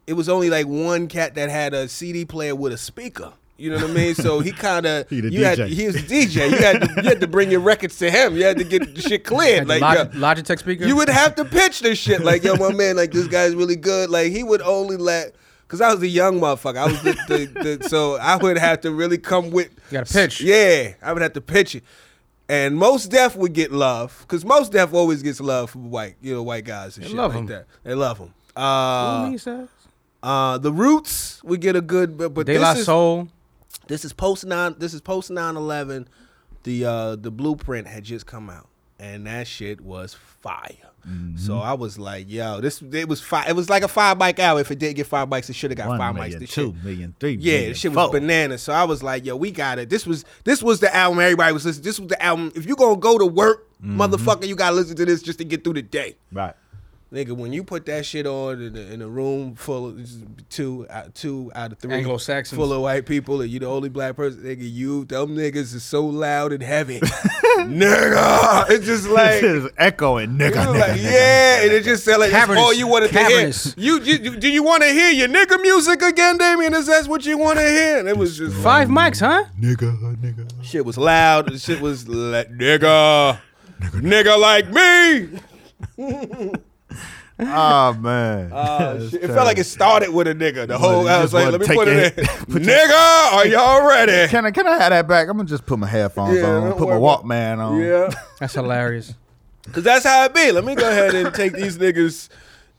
it was only like one cat that had a CD player with a speaker. You know what I mean? So he kind of He the you had DJ. he was a DJ. You had to, you had to bring your records to him. You had to get the shit cleared. Like uh, Log- yo, Logitech speaker. you would have to pitch this shit. Like, yo, my man, like this guy's really good. Like he would only let because I was a young motherfucker. I was the, the, the so I would have to really come with. You gotta pitch. Yeah, I would have to pitch it. And most deaf would get love because most deaf always gets love from white, you know, white guys and shit love like 'em. that. They love them. Uh, Who says? uh, the Roots would get a good, but, but De this La is Soul. this is post nine. This is post nine eleven. The uh, the blueprint had just come out, and that shit was fire. Mm-hmm. So I was like, "Yo, this it was fire. It was like a five bike hour. If it did get five bikes, it should have got One five bikes. million, This two shit, million, three yeah, million, this shit was four. bananas. So I was like, "Yo, we got it. This was this was the album everybody was listening. This was the album. If you gonna go to work, Mm-hmm. motherfucker, you gotta listen to this just to get through the day." Right. Nigga, when you put that shit on in a, in a room full of two, out, two out of three Anglo-Saxons. full of white people, and you the only black person, nigga, you them niggas is so loud and heavy, nigga. It's just like, this is echoing, nigga. it's nigga, like, nigga. yeah, and it just sound like that's Cavernous. all you wanted Cavernous. to hear. You, you, you- do you want to hear your nigga music again, Damien? Is that what you want to hear? And it was just Five mics, huh? nigga, nigga. Shit was loud. and Shit was like, nigga, nigga like me. Oh Uh, man. Oh, shit. It felt like it started with a nigga. The whole you I was just like, wanna let me take put your it in. head- nigga, are y'all ready? Can I can I have that back? I'm gonna just put my headphones Yeah, on, don't put my worry about- Walkman on. Yeah, That's hilarious. cause that's how it be. Let me go ahead and take these niggas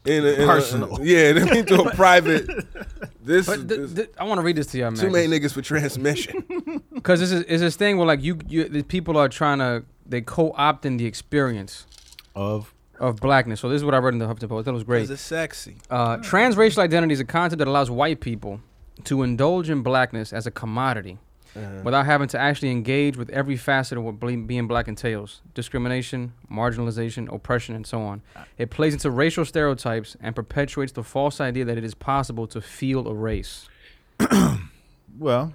in a, in a- Personal. yeah, let me do a private. This, But th- this th- I want to read this to y'all, man. too many niggas for transmission. Because this is it's this thing where like you, you the people are trying to they co-opting the experience Of of blackness. So this is what I read in the Huffington Post. That was great. Cause it's sexy. Uh, transracial identity is a concept that allows white people to indulge in blackness as a commodity without having to actually engage with every facet of what ble- being black entails discrimination, marginalization, oppression, and so on. It plays into racial stereotypes and perpetuates the false idea that it is possible to feel a race. well,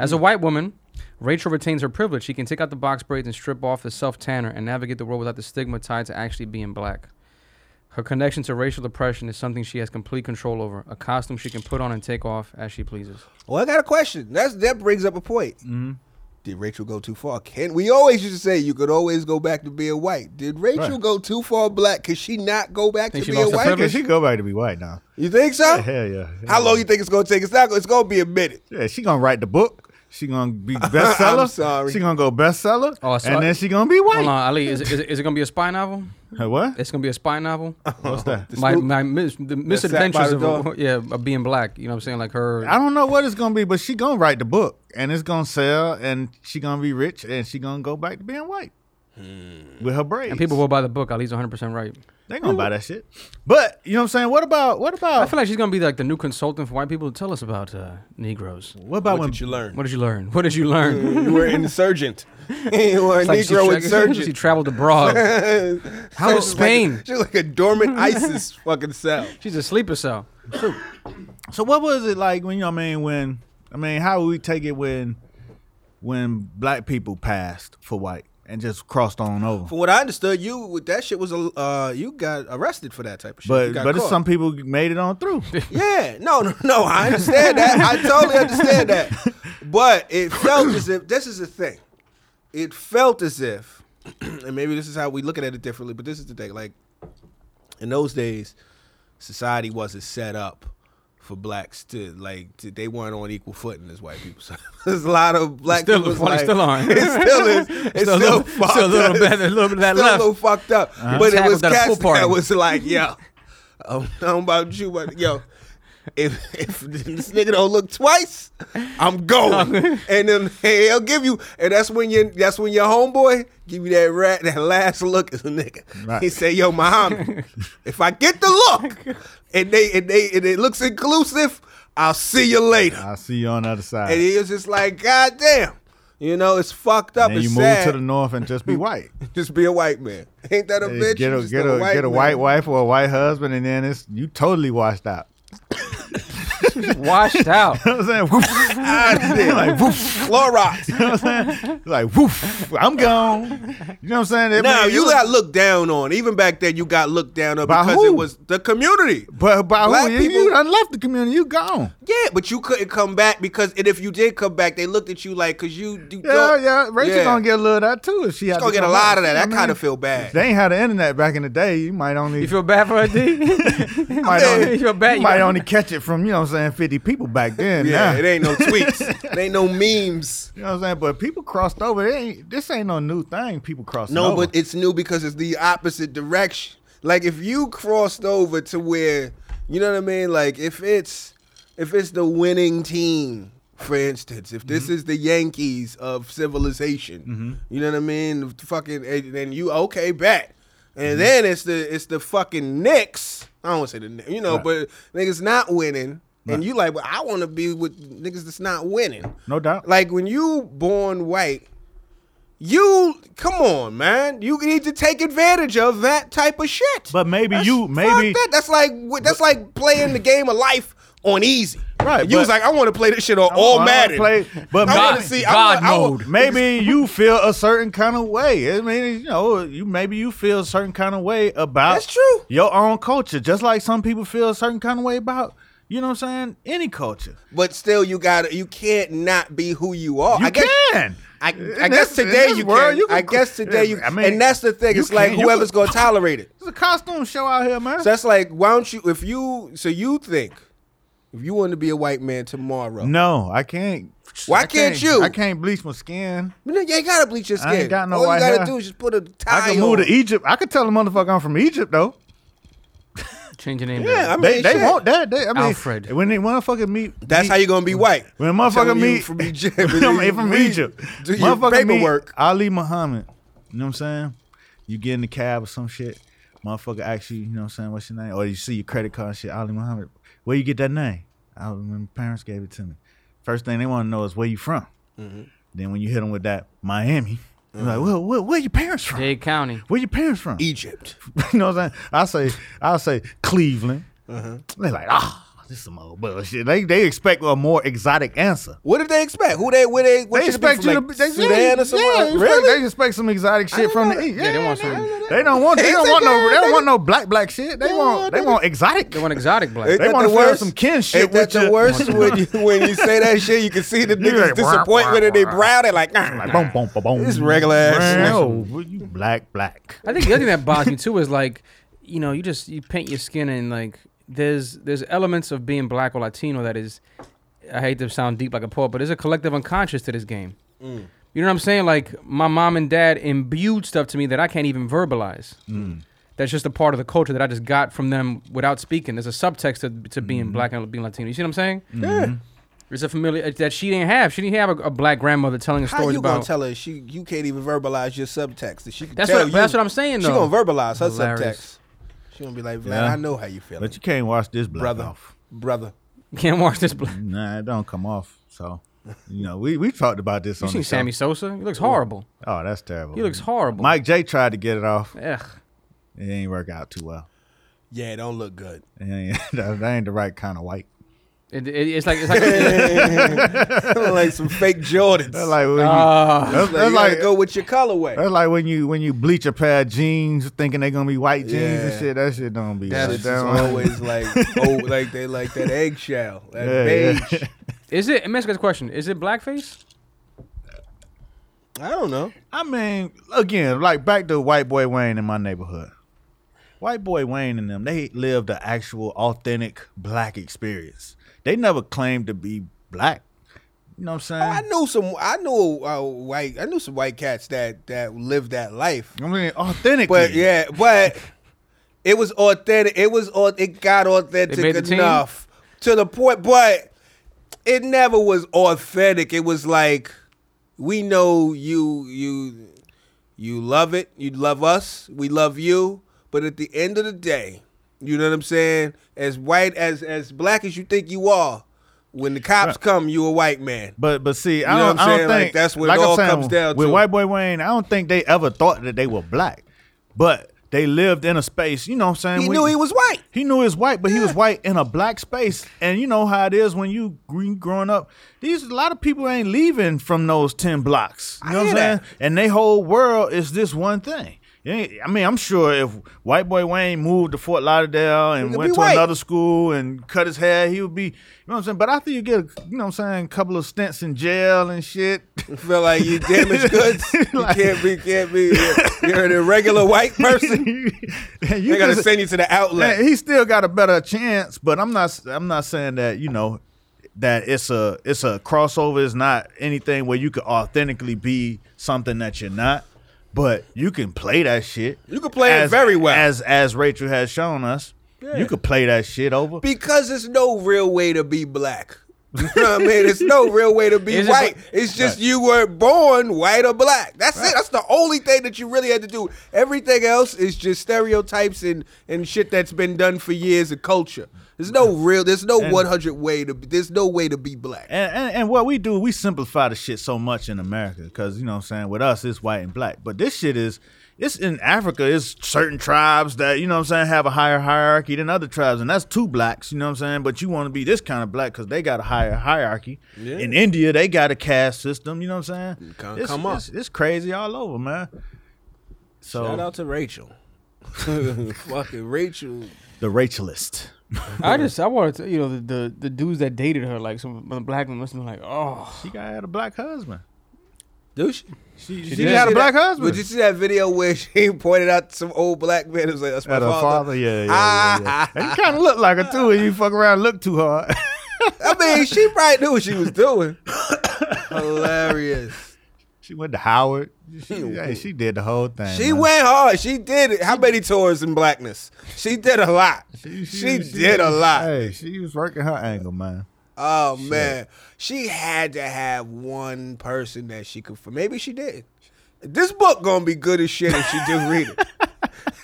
As a white woman, Rachel retains her privilege. She can take out the box braids and strip off the self tanner and navigate the world without the stigma tied to actually being black. Her connection to racial oppression is something she has complete control over, a costume she can put on and take off as she pleases. Well, I got a question. That's that brings up a point. Did Rachel go too far? Can we always used to say you could always go back to being white? Did Rachel Right. go too far black? Could she not go back Think to she being lost her white? yeah, privilege? she go back to be white now. You think so? Hell yeah. How long you think it's gonna take? It's not. It's gonna be a minute. Yeah, she gonna write the book. She gonna be bestseller. I'm sorry. She gonna go bestseller. Oh, I saw and it. then she gonna be Hold white. on, Ali, is it, is it, is it going to be a spy novel? Hey, What? It's going to be a spy novel? What's that? my spook- my mis- the by misadventures the of, dog. yeah, of being black, you know what I'm saying? Like her. I don't know what it's gonna be, but she gonna write the book, and it's gonna sell, and she gonna be rich, and she gonna go back to being white with her braids. Hmm. and people will buy the book. Ali's 100% right. they gonna buy that shit. But you know what I'm saying? What about what I about feel like she's going to be like the new consultant for white people to tell us about uh, Negroes. what about when learn? What did you learn? What did you learn? You were an insurgent. you were a It's like she Negro tra- she insurgent. traveled abroad. How was Spain? She's like a dormant ISIS fucking cell. She's a sleeper cell. So what was it like when you know what I mean when I mean how would we take it when when black people passed for white and just crossed on over? From what I understood, you that shit was a uh, you got arrested for that type of shit. You But got but it's caught. some people made it on through. Yeah, no, no, no. I understand that. I totally understand that. But it felt as if this is the thing. It felt as if, and maybe this is how we looking at it differently. But this is the thing. Like in those days, society wasn't set up for blacks to like to, they weren't on equal footing as white people. So there's a lot of black Still- people. well, they like, still aren't. It still is. It's still, a little- fucked still a little up. bit- a little bit of that Still left. A Uh-huh. little fucked up. But it Tackled was at a pool cats party. that was like, yo, I don't know about you, but yo, if if this nigga don't look twice, I'm going. and then he'll give you, and that's when you that's when your homeboy give you that rat that last look as a nigga. Right. He say, "Yo, Muhammad, if I get the look, and they and they and it looks inclusive, I'll see you later." I'll see you on the other side. And he was just like, "God damn." You know, it's fucked up. then you it's move sad. to the north and just be white. Just be a white man. Ain't that a Hey, bitch? get a Just get a, get a man. white wife or a white husband, and then it's you totally washed out. Washed out. You know what I'm saying? Woof. Out of there. like Clorox. You know what I'm saying? Like woof, I'm gone. You know what I'm saying? It Now made- it you was- got looked down on. Even back then, you got looked down on By because who? it was the community. but by black who? You, people- you done left the community. You gone. Yeah, but you couldn't come back because, and if you did come back, they looked at you like, cause you. you Yeah, yeah. Rachel gonna get a little of that too if she had gonna to get a come lot out. of that. You know I what I kind mean? of feel bad. They ain't had the internet back in the day. You might only You feel bad for a D? might Yeah. only, You a bat, you you might got- only catch it from you know what I'm saying 50 people back then. yeah, now. it ain't no tweets. it ain't no memes. You know what I'm saying? But people crossed over. It ain't, this ain't no new thing. People crossing No, over. but it's new because it's the opposite direction. Like if you crossed over to where, you know what I mean? Like if it's if it's the winning team, for instance, if Mm-hmm. this is the Yankees of civilization, you know what I mean? Fucking and then you okay bet. And Mm-hmm. then it's the it's the fucking Knicks. I don't want to say the Knicks, you know, but niggas not winning. And you like, well, I want to be with niggas that's not winning. no doubt. Like when you born white, you come on, man. You need to take advantage of that type of shit. But maybe That's- you- fuck maybe- that. that's like that's like playing the game of life on easy. Right, You was but- like, I want to play this shit on all wanna Madden. play- but I God- want to see God I wanna, mode. maybe you feel a certain kind of way. I mean, you know, you maybe you feel a certain kind of way about That's true. your own culture, just like some people feel a certain kind of way about. You know what I'm saying? Any culture. I- but still, you got to you can't not be who you are. You I guess, can. I, In I guess this- in today this you world, can. I guess today you. I mean, and that's the thing. you It's like can- you whoever's can- going to tolerate it. It's a costume show out here, man. So that's like, why don't you, if you, so you think, if you want to be a white man tomorrow, no, I can't. Why I can't you? I can't bleach my skin. you ain't gotta bleach your skin. I ain't got no All white you gotta hair. do is just put a tie I can move on. to Egypt. I could tell a motherfucker I'm from Egypt though. Change your name. Yeah, I baby. mean, They, they shit. want that. They, I mean, Alfred. When they motherfucker meet, That's how you gonna be white. When a I'm motherfucker telling you, meet from Egypt, I'm you from read- Egypt, do your motherfucker paperwork. meet Ali Muhammad. You know what I'm saying? You get in the cab or some shit. Motherfucker asks you, you know what I'm saying? What's your name? Or you see your credit card and shit. Ali Muhammad. Where you get that name? I was- my parents gave it to me. First thing they want to know is where you from. Mm-hmm. Then when you hit them with that Miami, you're like, well, where, where your parents from? Dade County. Where your parents from? E- Egypt. you know what I'm saying? I say I say Cleveland. Mm-hmm. They like ah, this some old bullshit. They they expect a more exotic answer. What did they expect? Who they? Where they? What They expect you be to from, be like, they, Sudan yeah, or somewhere? yeah, they expect- really? They expect some exotic shit from the east. Yeah, Yeah, they want they, some. they don't want they don't They want no said, they don't yeah, want no black black shit. They want they want exotic. They want exotic black. Ain't they that wanna the feel worst? some kin shit Ain't that with the you. worst when you when you say that shit? You can see the You're niggas like, disappointment in their brow. They're like, "Ah." Like, boom, boom, boom, boom. This regular ass shit. No, you black, black. I think the other thing that bothers me too is like, you know, you just you paint your skin and like there's there's elements of being black or Latino that is, I hate to sound deep like a poet, but there's a collective unconscious to this game. Mm. You know what I'm saying? Like my mom and dad imbued stuff to me that I can't even verbalize. That's just a part of the culture that I just got from them without speaking. There's a subtext to, to being black and being Latino. You see what I'm saying? Yeah. It's a familiar it's that she didn't have. She didn't have a, a black grandmother telling her How stories you about. gonna tell her she you can't even verbalize your subtext? She can That's tell what- you, that's what I'm saying, She though. gonna verbalize her Hilarious. subtext. She gonna be like, Vlad, Yeah. I know how you feel, But you can't wash this black brother, off. brother. can't watch this black. Nah, it don't come off. So, you know, we we talked about this You on seen the show. Sammy Sosa? He looks horrible. Oh, that's terrible. He looks horrible. Mike J tried to get it off. Ugh. It ain't work out too well. Yeah, it don't look good. It ain't, that ain't the right kind of white. It, it, it's like it's like it's like some fake Jordans. That's like when you, Uh, Like, that's, that's you gotta like, go with your colorway. that's like when you when you bleach a pair of jeans thinking they gonna be white jeans Yeah. and shit. That shit don't be. That right. is That just don't- always like oh, like they like that eggshell, that Yeah, beige. yeah. is it? Let me ask you guys a question. Is it blackface? I don't know. I mean, again, like back to white boy Wayne in my neighborhood. White boy Wayne and them, they lived the actual authentic black experience. They never claimed to be black. You know what I'm saying? I knew some. I knew uh, white. I knew some white cats that that lived that life. I mean, authentic. Oh, But yeah, but it was authentic. It was au- it got authentic They made the team? enough to the point, but it never was authentic. It was like we know you you you love it, you love us, we love you, but at the end of the day, you know what I'm saying? As white as as black as you think you are, when the cops come, you a white man. But but see, You I know don't, what I'm I saying? don't Like, think that's what it like I'm all saying, comes down with to. White Boy Wayne. I don't think they ever thought that they were black, but they lived in a space. You know what I'm saying? He when- knew he was white. He knew he was white, but he was white in a black space. And you know how it is when you green growing up. These a lot of people ain't leaving from those ten blocks. You I know what I'm hear saying? that. And they whole world is this one thing. It ain't- I mean, I'm sure if White Boy Wayne moved to Fort Lauderdale and could went be to white. another school and cut his hair, he would be, you know what I'm saying? But after you get, a, you know what I'm saying, a couple of stints in jail and shit, Feel like you damaged goods. Like- you can't be, can't be. You're an irregular white person. you They gotta just- send you to the outlet. Yeah, he still got a better chance, but I'm not. I'm not saying that you know that it's a it's a crossover. It's not anything where you could authentically be something that you're not. But you can play that shit. You can play it very well. as as Rachel has shown us. You could play that shit over. Because there's no real way to be black. You know what I mean? There's no real way to be Is it- white. it's just you were born white or black. That's it. That's the only thing that you really had to do. Everything else is just stereotypes and, and shit that's been done for years of culture. There's no real. There's no 100 way to. There's no way to be black. And, and and what we do, we simplify the shit so much in America because you know what I'm saying. With us, it's white and black, but this shit is it's in Africa. It's certain tribes that you know what I'm saying have a higher hierarchy than other tribes, and that's two blacks. You know what I'm saying. But you want to be this kind of black because they got a higher hierarchy. In India, they got a caste system. You know what I'm saying. Come- it's, come on. it's, it's crazy all over, man. So Shout out to Rachel. Fucking Rachel. the Rachelist. I just I wanted to you know the, the the dudes that dated her like some the black women must have been like oh She got had a black husband. Do she? She, she, did. had a See black that- husband. But you see that video where she pointed out some old black man? It was like, that's my At her father. Ah! father, yeah, yeah, yeah. yeah. And you kind of look like her too. If you fuck around, and look too hard. I mean, she probably knew what she was doing. Hilarious. she went to Howard. She, hey, she did the whole thing. She man. went hard. She did it. How many tours in blackness? She did a lot. She, did a lot. Hey, she was working her angle, man. Oh man, she had to have one person that she could. For maybe she did. This book gonna be good as shit if she just read it.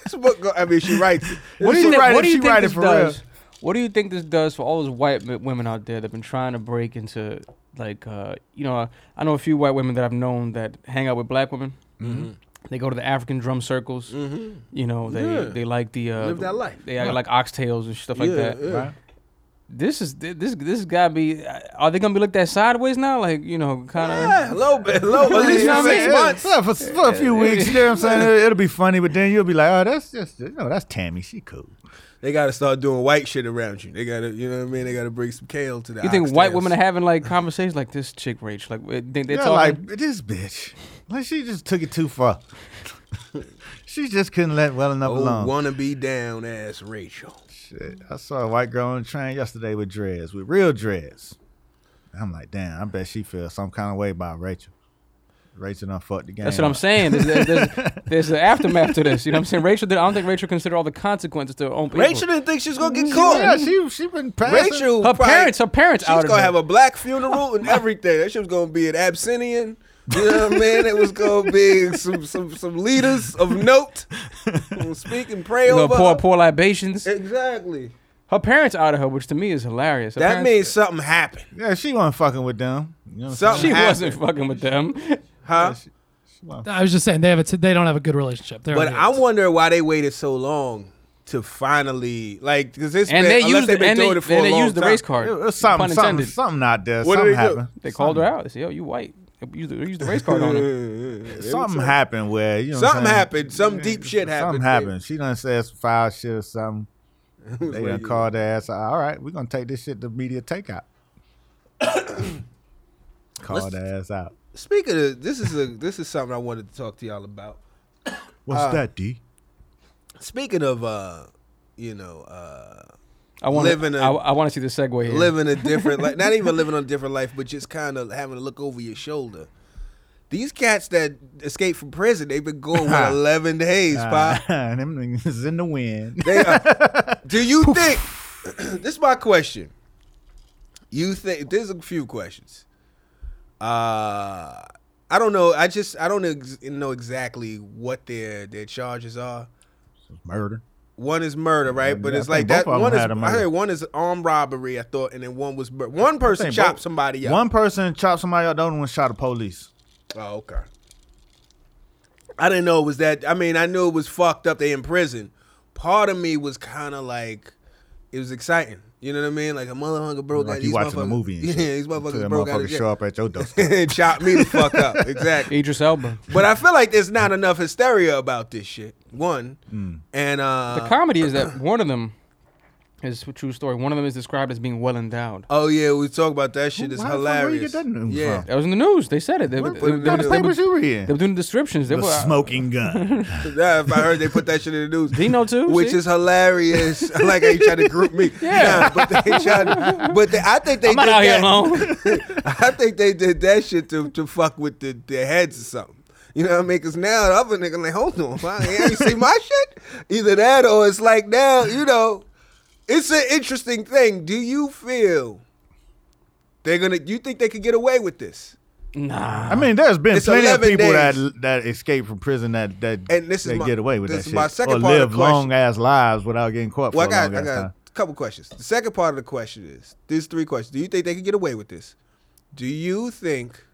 this book, go, I mean, she writes it. What do you she thi- write what if do you she think write it this for does? real? What do you think this does for all those white m- women out there that have been trying to break into like uh, you know I know a few white women that I've known that hang out with black women. Mm-hmm. They go to the African drum circles. Mm-hmm. You know they Yeah. they like the uh, Live that life. They like oxtails and stuff like Yeah, that. yeah. Right? This is thi- this this gotta be. uh, Are they gonna be looked at sideways now? Like you know kind of. Yeah, a little bit, a little bit. At least You know for what I six mean? months. Yeah, for, for a few weeks. You know what I'm saying? It- It'll be funny, but then you'll be like, oh, that's just, you know, that's Tammy. She cool. They gotta start doing white shit around you. They gotta, you know what I mean? They gotta bring some kale to the. You think white oxtails. women are having like conversations like this chick Rach? Like they, they they're Yeah, talking. like this bitch. Like she just took it too far. she just couldn't let well enough Oh, alone. wanna be down ass Rachel. Shit, I saw a white girl on the train yesterday with dreads, with real dreads. I'm like, damn, I bet she feels some kind of way about Rachel. Rachel done fucked the game. That's what I'm up. saying. There's, there's, there's, there's an aftermath to this. You know what I'm saying? Rachel, did, I don't think Rachel considered all the consequences to her own people. Rachel didn't think she was gonna get Yeah, caught. she she been passing. Rachel, her probably- parents, her parents She was outed gonna her. have a black funeral and everything. That shit was gonna be an absinian. You know what I mean? It was gonna be some some some leaders of note. Gonna Speak and pray you know, over. poor, her. poor libations. Exactly. Her parents outed her, which to me is hilarious. Her That parents- means something happened. Yeah, she wasn't fucking with them. You know what I'm Something she saying? happened, wasn't fucking with them. huh? I was just saying they have a t- they don't have a good relationship. They're But idiots. I wonder why they waited so long to finally like because it's And been, they unless used they've and been they, doing it for a and they long used the time. race card. It was something, pun something, intended. something out there. What something did they do? happened. They called her out. They said, "Yo, you white." They used the, they used the race card on her. Something happened where you know what I'm Something saying? happened. Some deep shit happened. Something happened. She done said some foul shit or something. They like, done called their ass. out. All right, we're gonna take this shit to media takeout. called their ass out. Speaking of this is a this is something I wanted to talk to y'all about. What's Uh, that, D? Speaking of uh, you know, uh I want Living to. a- I, I want to see the segue here. living a different life not even living a different life, but just kind of having to look over your shoulder. These cats that escaped from prison, they've been going with eleven days, pop. Them niggas in the wind. They are, do you think this is my question. You think there's a few questions. Uh I don't know. I just I don't ex- know exactly what their their charges are. Murder. One is murder, right? but Yeah, I it's like think both that one is of 'em had a I murder. heard one is armed robbery, I thought, and then one was mur- one person think chopped both- somebody up. One person chopped somebody up. The other one shot a police. Oh, okay. I didn't know it was that. I mean, I knew it was fucked up. They in prison. Part of me was kind of like, it was exciting. You know what I mean? Like a motherfucker broke out. Like you these watching a motherfuckers- movie. And Yeah, shit. these Till motherfuckers that broke out. motherfucker of show jail. up at your doorstep. and chopped me the fuck up. Exactly. Idris Elba. But I feel like there's not enough hysteria about this shit. One, Mm. and uh, The comedy is that one of them is a true story. One of them is described as being well endowed. oh yeah, we talk about that shit. Who- It's why the fuck- where you hilarious. get that news yeah, from? That was in the news. They said it. They, What- they- what they- the they- hell they were, papers you reading? they were doing the descriptions. They The were, uh, smoking gun. Yeah, I heard they put that shit in the news. Dino too, which see? is hilarious. I like how you try to group me. Yeah. Nah, but they tried. But they, I think they I'm not did out here that. alone. I think they did that shit to, to fuck with the, their heads or something. You know what I mean? Because now the other nigga like, hold on, why- you ain't see my shit? Either that or it's like now, you know, it's an interesting thing. Do you feel they're gonna? You think they could get away with this? I mean, there's been It's plenty of 11 people days. that that escape from prison that that And this is they my- get away with this is that shit my second or part of live the question. long ass lives without getting caught. Well, I for a got, I long ass got time. a couple questions. The second part of the question is: these three questions. Do you think they could get away with this? Do you think?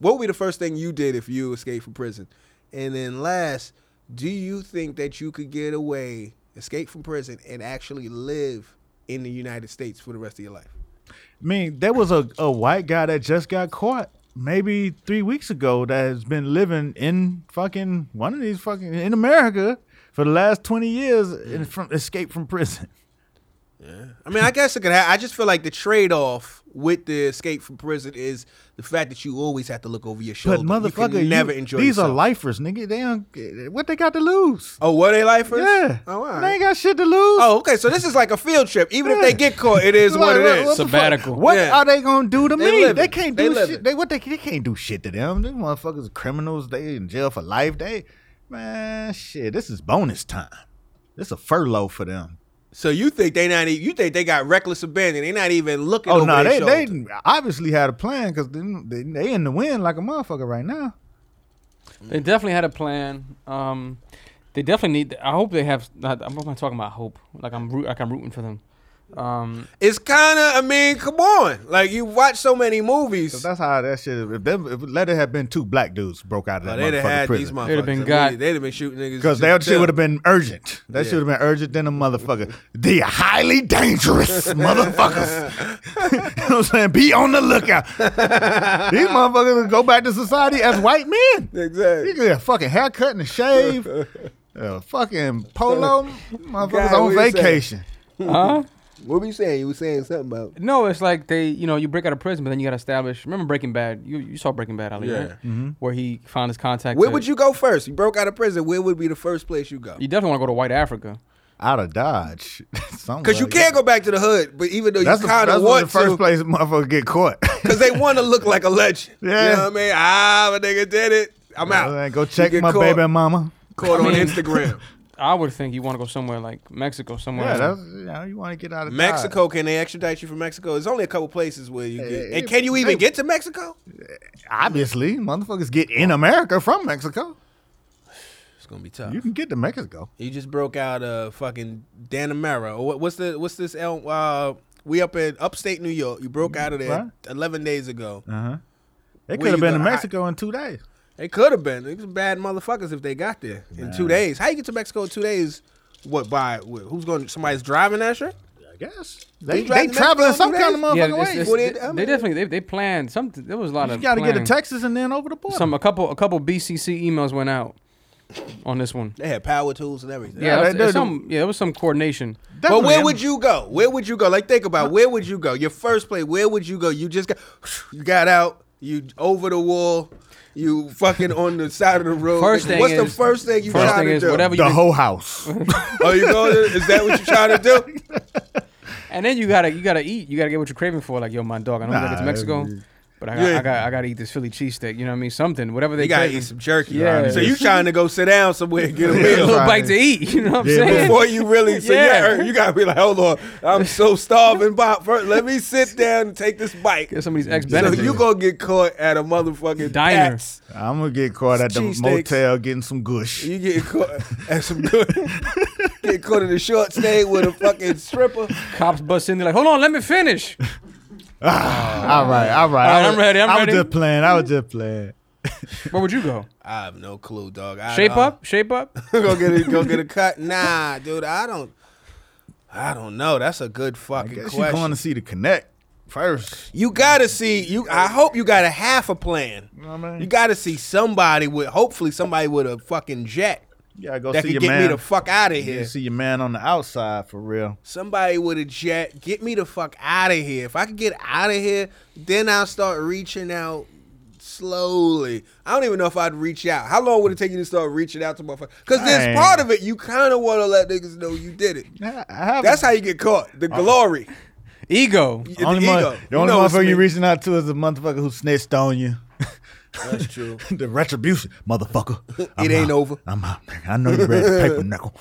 What would be the first thing you did if you escaped from prison? And then last, do you think that you could get away, escape from prison, and actually live in the United States for the rest of your life? I mean, there was a, a white guy that just got caught maybe three weeks ago that has been living in fucking one of these fucking in America for the last twenty years and from escape from prison. I mean, I guess it could. Ha- I just feel like the trade-off with the escape from prison is the fact that you always have to look over your shoulder. But you motherfucker, can never you- enjoy these are yourself. lifers, nigga. They don't, what they got to lose? Oh, were they lifers? Yeah, Oh, all right. they ain't got shit to lose. Oh, okay. So this is like a field trip. Even if Yeah. they get caught, it is what it Like, is. the fuck? Sabbatical. What Yeah. are they gonna do to They me? living. They can't They do living. shit. They what they, they can't do shit to them. Them motherfuckers are criminals. They in jail for life. They man, shit. This is bonus time. This is a furlough for them. So you think they not? e- You think they got reckless abandon? They not even looking. Oh over no, their they shoulder. they obviously had a plan because they, they they in the wind like a motherfucker right now. They definitely had a plan. Um, they definitely need. I hope they have. Not, I'm not talking about hope. Like I'm root. Like I'm rooting for them. Um, It's kind of. I mean, come on. Like you watch so many movies. That's how that shit. If them, if let it have been two black dudes broke out of Oh, that they'd have motherfucking had these prison. motherfuckers. They'd have been immediately. got- They'd have been shooting niggas. Because to that shit death. would have been urgent. That Yeah. should have been urgent than a motherfucker. They are highly dangerous motherfuckers. you know what I'm saying? Be on the lookout. These motherfuckers will go back to society as white men. You exactly. get a fucking haircut and a shave. A fucking polo. Motherfuckers God, on what you saying? vacation. huh? What were you saying? You were saying something about. No, it's like they. You know, you break out of prison, but then you got to establish. Remember Breaking Bad? You you saw Breaking Bad, Ali, Yeah. Mm-hmm. right? Where he found his contact. Where to- would you go first? You broke out of prison. Where would be the first place you go? You definitely want to go to White Africa. Out of Dodge. Because you can't go back to the hood, but even though That's, you the, kind that's of one of want the first to, place motherfuckers get caught. because they want to look like a legend. Yeah. You know what I mean? Ah, my nigga did it. I'm out. Go You check get my caught- baby mama. Caught I on mean- Instagram. I would think you want to go somewhere like Mexico, somewhere. Yeah, that's, you, know, you want to get out of Dodge. Mm-hmm. Mexico, can they extradite you from Mexico? There's only a couple places where you get. Eh, And can you even eh, get to Mexico? Obviously, motherfuckers get in America from Mexico. It's gonna be tough. You You, can get to Mexico. just broke out of fucking Danamera. Or what, what's the what's this? El, uh, we up in upstate New York. You broke out of there Right. 11 days ago. They Where could have you been gonna in Mexico in two days. They could have been. They was bad motherfuckers if they got there in two days. How you get to Mexico in two days? What by what, who's going? Somebody's driving that shit. I guess they, drive they to traveling Mexico some in two kind of motherfucking yeah, way. it's- it's- 48 they, hours. they definitely they, they planned something. There was a lot you of. got to get to planning. Texas and then over the border. Some a couple a couple BCC emails went out on this one. They had power tools and everything. Yeah, they that's- it's do. some yeah, there was some coordination. But where Definitely. would you go? Where would you go? Like think about it. where would you go? Your first play, where would you go? You just got you got out, you over the wall, you fucking on the side of the road. First thing What's the is- first thing you first trying thing to is do? whatever you- the whole house? Oh, you going to, is that what you trying to do? And then you gotta you gotta eat. You gotta get what you're craving for. Like yo, my dog. I know we Nah, gotta get to Mexico. But I got, Yeah. I got, I got to eat this Philly cheesesteak. You know what I mean? Something, whatever they You gotta craving. eat some jerky. Yeah. So you trying to go sit down somewhere and get a a meal little bite to eat. You know what I'm saying? before you really say Yeah. yeah. You gotta be like, hold on, I'm so starving, Bob. First, let me sit down and take this bite. Get some of these ex So benefits. you gonna get caught at a motherfucking Diner. Pat's. I'm gonna get caught at the Cheese steaks. motel getting some gush. You get caught at some good. get caught in a short stay with a fucking stripper. Cops bust in. They're like, "Hold on, let me finish." all right, all right. All right, I I'm was- ready, I'm I ready. was just playing. I was just playing. Where would you go? I have no clue, dog. I Shape don't- up, shape up. go get a, go get a cut. Nah, dude, I don't. I don't know. That's a good I fucking guess you question. going to see the connect first. You gotta see you. I hope you got a half a plan. know what I mean? You gotta see somebody with, hopefully, somebody with a fucking jet You gotta go that see can your get man. me the fuck out of You here. see your man on the outside for real. Somebody with a jet, get me the fuck out of here. If I could get out of here, then I'll start reaching out slowly. I don't even know if I'd reach out. How long would it take you to start reaching out to motherfuckers? Because Dang. there's part of it you kind of want to let niggas know you did it. I I have That's how you get caught. The glory. Ego. The the only ego. one- You the only know it's motherfucker me. you reaching out to is the motherfucker who snitched on you. That's true. the retribution, motherfucker. It ain't out. over. I'm out. nigga. I know you read the paper knuckle.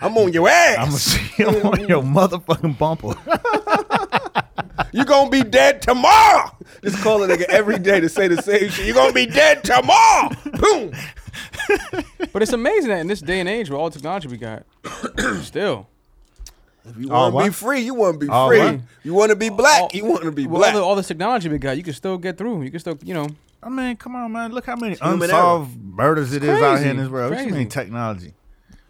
I'm on your I'm gonna ass. see you on your motherfucking bumper. You're gonna be dead tomorrow. Just call a nigga every day to say the same shit. You're gonna be dead tomorrow. Boom. But it's amazing that in this day and age, with all the technology we got, still If you All wanna be Oh, what? free, you wanna be All free. what? You wanna be all- black, you wanna be with black. All, the, all this technology we got, you can still get through. You can still, you know, I mean, come on, man. Look how many human unsolved murders it is out here crazy. in this world. What you Crazy. mean technology?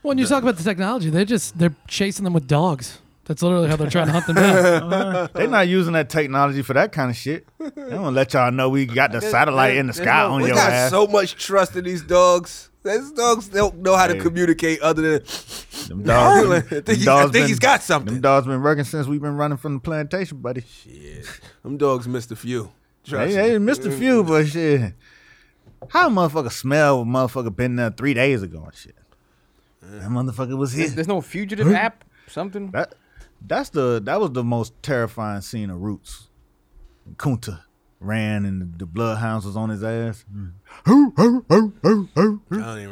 When you talk about the technology, they're just they're chasing them with dogs. That's literally how they're trying to hunt them down. They're not using that technology for that kind of shit. They don't let y'all know we got the satellite in the there's sky no- on We your got ass. so much trust in these dogs. These dogs don't know how to Hey. communicate other than Them dogs, I think he- I think he's got something. Them dogs been working since we've been running from the plantation, buddy. them dogs missed a few. Hey, Trust hey, me. missed a few, but shit. How a motherfucker smell when motherfucker been there three days ago and shit? That motherfucker was here. there's no fugitive app, something. That that's the that was the most terrifying scene of Roots. Kunta ran and the bloodhounds was on his ass. I don't even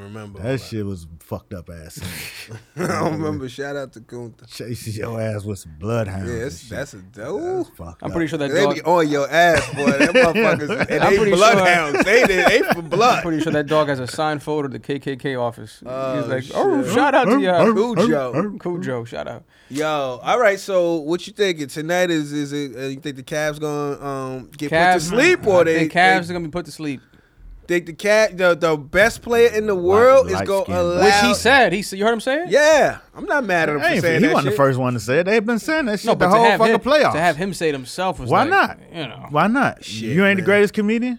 remember. Hmm? That shit was fucked up ass. I don't remember. Shout out to Gunther. Chasing your ass with some bloodhounds. Yeah, and that's, shit. that's a That's dope. fucked I'm up. pretty sure that They dog. be on your ass, boy. That motherfuckers. And I'm they pretty bloodhounds. They they they for I'm blood. pretty sure that dog has a signed folder to the KKK office. He's like, shit. oh, shout out to y'all. Cujo. Cujo, shout out. Yo, all right. So, what you thinking tonight? Is is it? Uh, you think the Cavs gonna um get put Cavs, to sleep, or I they think Cavs they are gonna be put to sleep. think the cat the, the best player in the world is light gonna skin. allow? Which he said. He said, you heard him say it. Yeah, I'm not mad at him I for ain't- saying he that wasn't shit. the first one to say it. They've been saying that shit No, the but whole to have fucking him, playoffs. to have him say it himself was Why like, not? You know, Why not? Shit, you man. ain't the greatest comedian.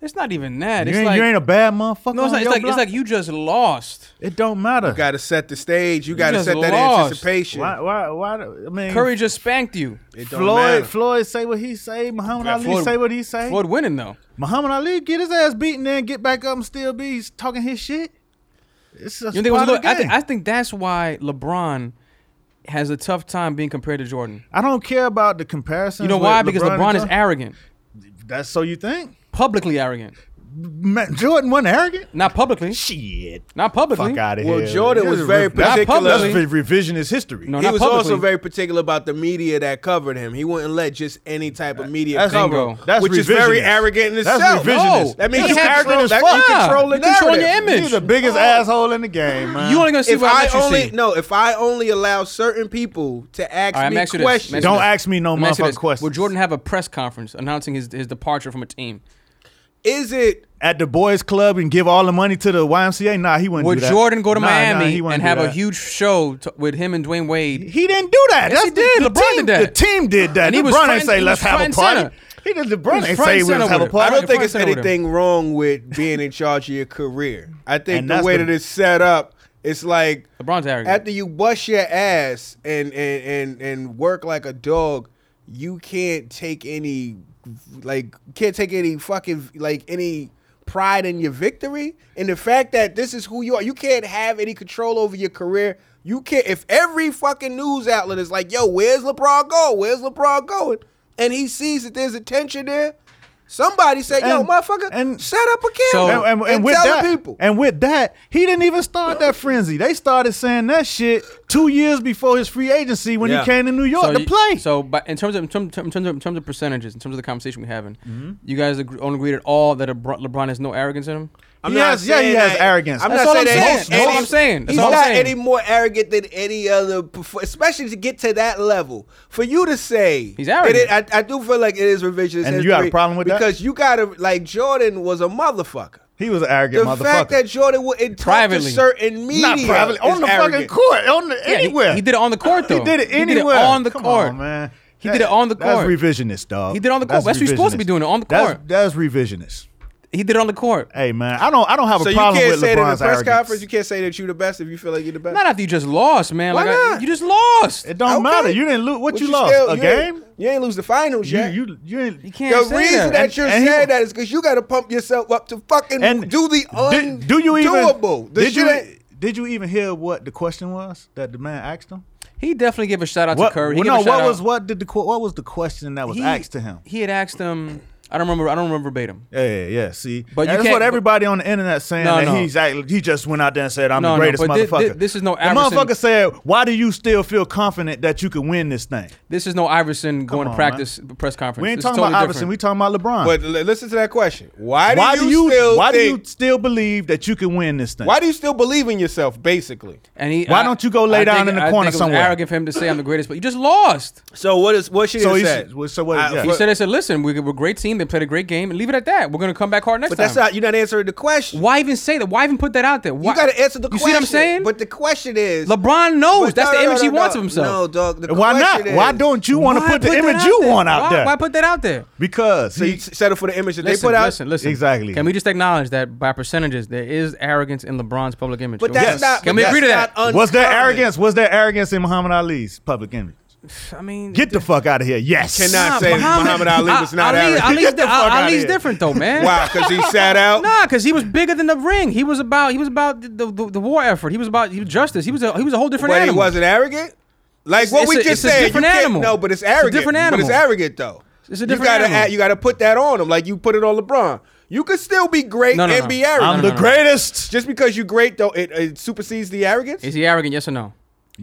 it's not even that. You It's ain't, like you ain't a bad motherfucker. no, it's on like, it's your like it's block. like you just lost. it don't matter. You got to set the stage. You got to just set that lost. anticipation. Why? Why? Why? do- I mean, Curry just spanked you. It don't Floyd, matter. Floyd say what he say. Muhammad Yeah, Ali Floyd- say what he say. Floyd winning though. Muhammad Ali get his ass beaten, then get back up and still be talking his shit. It's just You think it was a part little, of the I, think, game. I think that's why LeBron has a tough time being compared to Jordan. I don't care about the comparison. You know why? Because LeBron is arrogant, That's so you think? publicly arrogant. Man, Jordan wasn't arrogant. Not publicly. Shit. Not publicly. Fuck out of Well, here. Jordan You're was the very rev- that's- particular. That's re- revisionist history. No, he not was publicly. also very particular about the media that covered him. He wouldn't let just any type of media That's bingo. cover him, That's which is very revisionist. arrogant in That's itself. revisionist. No. that means That's you arrogant control, as that, fuck. you control the You control narrative. your image. You're the biggest asshole in the game, man. You only gonna see if what I I let you only see. no, if I only allow certain people to ask All right, I'm me ask you this. I'm questions, ask you Don't this. ask me no I'm ask you motherfucking this. Will questions. Jordan have a press conference announcing his, his departure from a team? is it at the boys' club and give all the money to the YMCA? Nah, he wouldn't Would do that. Jordan go to Nah, nah, Miami he and wouldn't do have a that. huge show to, with him and Dwayne Wade? He didn't do that. Yes, That's he did. The LeBron team, did that. The team did that. And he LeBron was front- didn't say he let's was have a front party. center. He did. He was LeBron didn't front say center let's have a with it. I party. I don't think front it's center with him. anything wrong with being in charge of your career. I think And the that's way the- that it's set up, it's like LeBron's arrogant. after you bust your ass and and and and work like a dog, you can't take any like can't take any fucking like any pride in your victory and the fact that this is who you are. You can't have any control over your career. You can't if every fucking news outlet is like, "Yo, where's LeBron going? Where's LeBron going?" and he sees that there's a tension there, somebody say, "Yo, And- motherfucker, and- set up a camera So- and, and- and with tell that, the people." and with that, he didn't even start that frenzy. They started saying that shit two years before his free agency when Yeah. he came to New York so to you- play. So, but in terms of in terms, in terms of in terms of percentages, in terms of the conversation we're having, Mm-hmm. you guys agree, don't agree at all that LeBron, LeBron has no arrogance in him. I'm He not has- yeah, he saying has that- arrogance. I'm That's not all I'm saying saying. that That's all I'm saying. That's he's all I'm not saying. any more arrogant than any other, perfor- especially to get to that level. For you to say He's arrogant. that it- I, I do feel like it is revisionist. And you got a history problem with that? because you got to like Jordan was a motherfucker. he was an arrogant The motherfucker. fact that Jordan wouldn't talk to Privately. certain media not privately is on the fucking arrogant. court, on the, Yeah, he- anywhere. He, did it on the court though. He did it He anywhere on the Come court, on, man. He did it on the That's court. revisionist, dog. He did it on the court. That's what you're supposed to be revisionist. doing, on the That's- court. That's, revisionist. He did it on the court. Hey man, I don't I don't have So a you problem can't with say that in a LeBron's press arrogance. conference. You can't say that you're the best if you feel like you're the best. Not after you just lost, man. Why like I- not? you just lost. it don't Okay. matter. You didn't lose. What, But you, lost? still- a you ain't- game? You ain't lose the finals yet. You you you ain't. You can't the say reason that, that. you're and he- saying that is because you got to pump yourself up to fucking And do the undoable. did, do you even The did shit you e- ain't- did you even hear what the question was that the man asked him? he definitely gave a shout out What to Curry. He well, gave no, a shout what out. was what did the que- what was the question that was he, asked to him? He had asked him. I don't remember. I don't remember verbatim. Yeah, yeah, yeah. See, But you that's can't- what everybody on the internet saying No, that no. he's act- he just went out there and said, "I'm No, the no, greatest but thi- motherfucker." thi- this is no The Iverson- motherfucker said, "Why do you still feel confident that you can win this thing?" This is no Iverson going on, to practice press conference. We This ain't is talking totally about Iverson. different. We talking about LeBron. But l- listen to that question. Why do why you, still why do think, you still believe that you can win this thing? why do you still believe in yourself basically? And he, Why don't you go lay I down think- in the I corner think it was somewhere? Arrogant for him to say I'm the greatest, but you just lost. So what is what should So have he said? should- so what- I- yeah. He But- said, "I said, listen, we- we're a great team. They played a great game, and leave it at that. We're gonna come back hard next but time." that's not you're not answering the question. Why even say that? Why even put that out there? Why? You got to answer the You question. see what I'm saying? But the question is LeBron knows but that's no, the no, image no, he no, wants no. of himself. No, dog. The why not? question Why is- don't you want to Why put the that image out you there? want out Why- there? Why put that out there? because so you he- s- settle for the image that Listen, they put out? listen, listen. Exactly. Can we just acknowledge that by percentages there is arrogance in LeBron's public image? But Okay. that's Yes. not. Can but we that's agree to that? not was there uncommon. arrogance? Was there arrogance in Muhammad Ali's public image? I mean, Get the fuck out of here! Yes, Cannot say that Muhammad Ali was not arrogant. Ali's, Get the fuck outta Ali's here. different though, man. Why? Because he sat out. Nah, because he was bigger than the ring. He was about he was about the, the, the war effort. He was about he was justice. He was a he was a whole different but animal. he wasn't arrogant. Like It's- what it's we a- just it's a said, different you can't- animal. No, but it's It's a arrogant. different But animal. it's arrogant though. It's a different you gotta animal. add- you gotta put that on him, like you put it on LeBron. You could still be great No, no, and no. be arrogant. I'm No, the no, no. greatest. Just because you're great though, it, it supersedes the arrogance. Is he arrogant? Yes or no?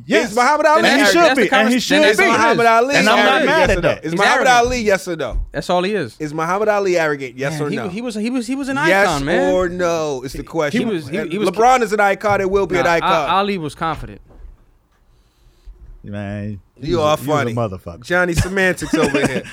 Yes, Is Muhammad Ali And he arrogant? should That's the be. And he conversation- then should be. Is that's all Muhammad it is. Ali? And I'm not arrogant? mad yes at or no? that. Is He's Muhammad arrogant. Ali yes or no? That's all he is. Is Muhammad Ali arrogant? Yes Man, or he, no? He was he was he was an yes icon, man. or no is the question. was- he- he was- LeBron is an icon. It will be Nah, an icon. Al- Ali was confident. Man, You are funny, motherfucker. Johnny semantics over here.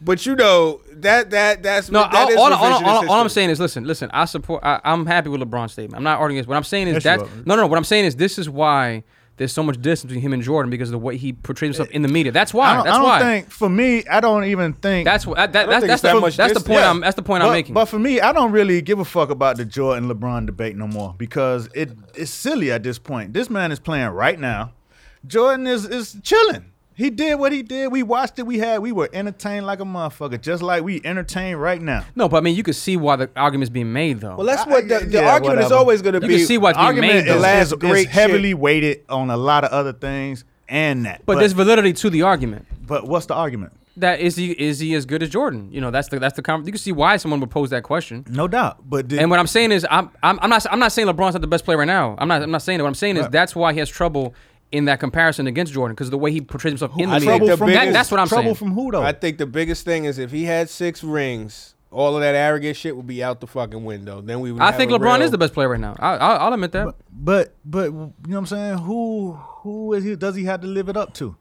But you know that that that's No, that all, is all, all, all, revisionist all, all I'm history. saying is, listen, listen. I support. I, I'm happy with LeBron's statement. I'm not arguing this. What I'm saying is Yes, that you are. no, no, no. What I'm saying is this is why there's so much distance between him and Jordan because of the way he portrays himself in the media. That's I why. don't, That's I don't why. think for me, I don't even think That's what. That, that, think that's it's that's that the, much that's the distance. point. Yeah. I'm. That's the point but, I'm making. But for me, I don't really give a fuck about the Jordan LeBron debate no more because it it's silly at this point. This man is playing right now. Jordan is is chilling. He did what he did. We watched it. We had. We were entertained like a motherfucker, just like we entertained right now. no, but I mean, you can see why the argument's being made though. Well, that's I- what the, the yeah, argument is whatever. always going to You be. can see why it's being Argument made. is, though. the last is, great is heavily weighted on a lot of other things and that. but there's validity to the argument. but what's the argument? That is he is he as good as Jordan? You know, that's the that's the con- you can see why someone would pose that question. No doubt. But did, And what I'm saying is, I'm, I'm, I'm not I'm not saying LeBron's not the best player right now. I'm not I'm not saying that. What I'm saying is that's why he has trouble in that comparison against Jordan because the way he portrays himself in the I league. think the That- biggest that's what I'm saying. trouble from who though? I think the biggest thing is if he had six rings, all of that arrogant shit would be out the fucking window. Then we would. I have think a LeBron real- is the best player right now. I, I'll, I'll admit that. But but you know what I'm saying? Who who is he? Does he have to live it up to?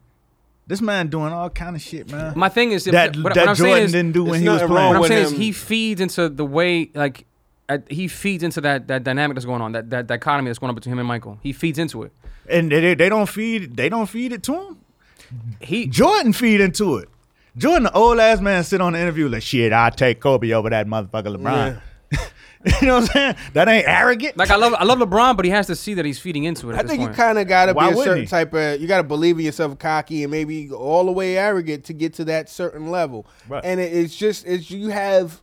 This man doing all kind of shit, man. My thing is if- that what, that what I'm saying Jordan is, didn't do it's when he was nothing wrong What playing. I'm with saying is him. he feeds into the way like at, he feeds into that that dynamic that's going on that that dichotomy that's going on between him and Michael. He feeds into it. and they, they don't feed they don't feed it to him. He Jordan feed into it. Jordan, the old ass man, sit on the interview like shit. I take Kobe over that motherfucker LeBron. you know what I'm saying? That ain't arrogant. like I love I love LeBron, but he has to see that he's feeding into it. At I this think you point. kind of got to be Why a wouldn't certain he? type of. You got to believe in yourself, cocky, and maybe all the way arrogant to get to that certain level. Right. And it, it's just it's you have.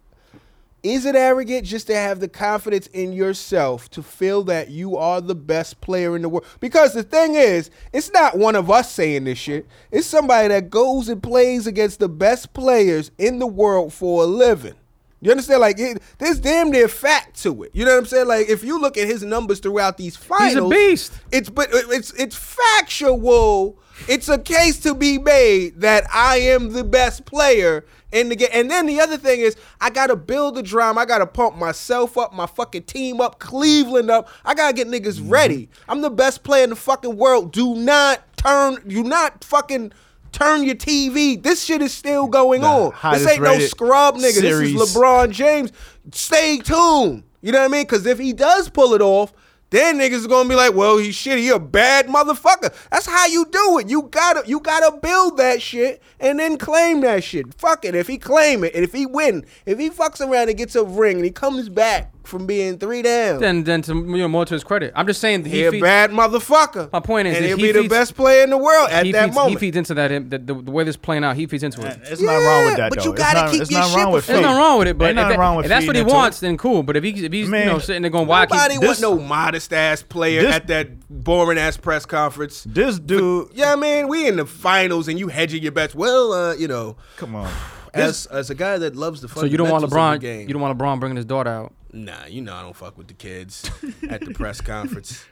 Is it arrogant just to have the confidence in yourself to feel that you are the best player in the world? Because the thing is, it's not one of us saying this shit. It's somebody that goes and plays against the best players in the world for a living. You understand? Like it, there's damn near fact to it. You know what I'm saying? Like if you look at his numbers throughout these finals, beast. It's but it- it's it's factual. It's a case to be made that I am the best player in the game. And then the other thing is, I gotta build the drama. I gotta pump myself up, my fucking team up, Cleveland up. I gotta get niggas Mm-hmm. ready. I'm the best player in the fucking world. Do not turn. Do not fucking. Turn your TV. This shit is still going on. This hottest ain't no rated scrub nigga. series. This is LeBron. LeBron James, stay tuned. You know what I mean? Because if he does pull it off, then niggas is gonna be like, "Well, he's shit. He a bad motherfucker." That's how you do it. You gotta, you gotta build that shit and then claim that shit. Fuck it. If he claim it, and if he win, if he fucks around and gets a ring and he comes back from being three down, Then, then to you know, more to his credit, I'm just saying that he he a feeds, bad motherfucker. My point is and that he'll he be the feeds- best player in the world at he, that feeds, he moment. feeds into that im- the, the, the way this playing out. He feeds into it. It's not wrong with that. but though. you It's gotta not- keep It's your not shit wrong with. together. There's nothing wrong with it, but Ain't if, nothing that- wrong with if that's what he feeding into wants, then cool. But if, he, if he's you know Man. sitting there going, why I keep Nobody this- want no modest ass player this- at that boring ass press conference. This dude, Yeah, I mean, we in the finals and you hedging your bets. Well, uh, you know, come on. as as a guy that loves the So you don't want fundamentals of LeBron. the game, You don't want LeBron bringing his daughter out. Nah, you know I don't fuck with the kids at the press conference.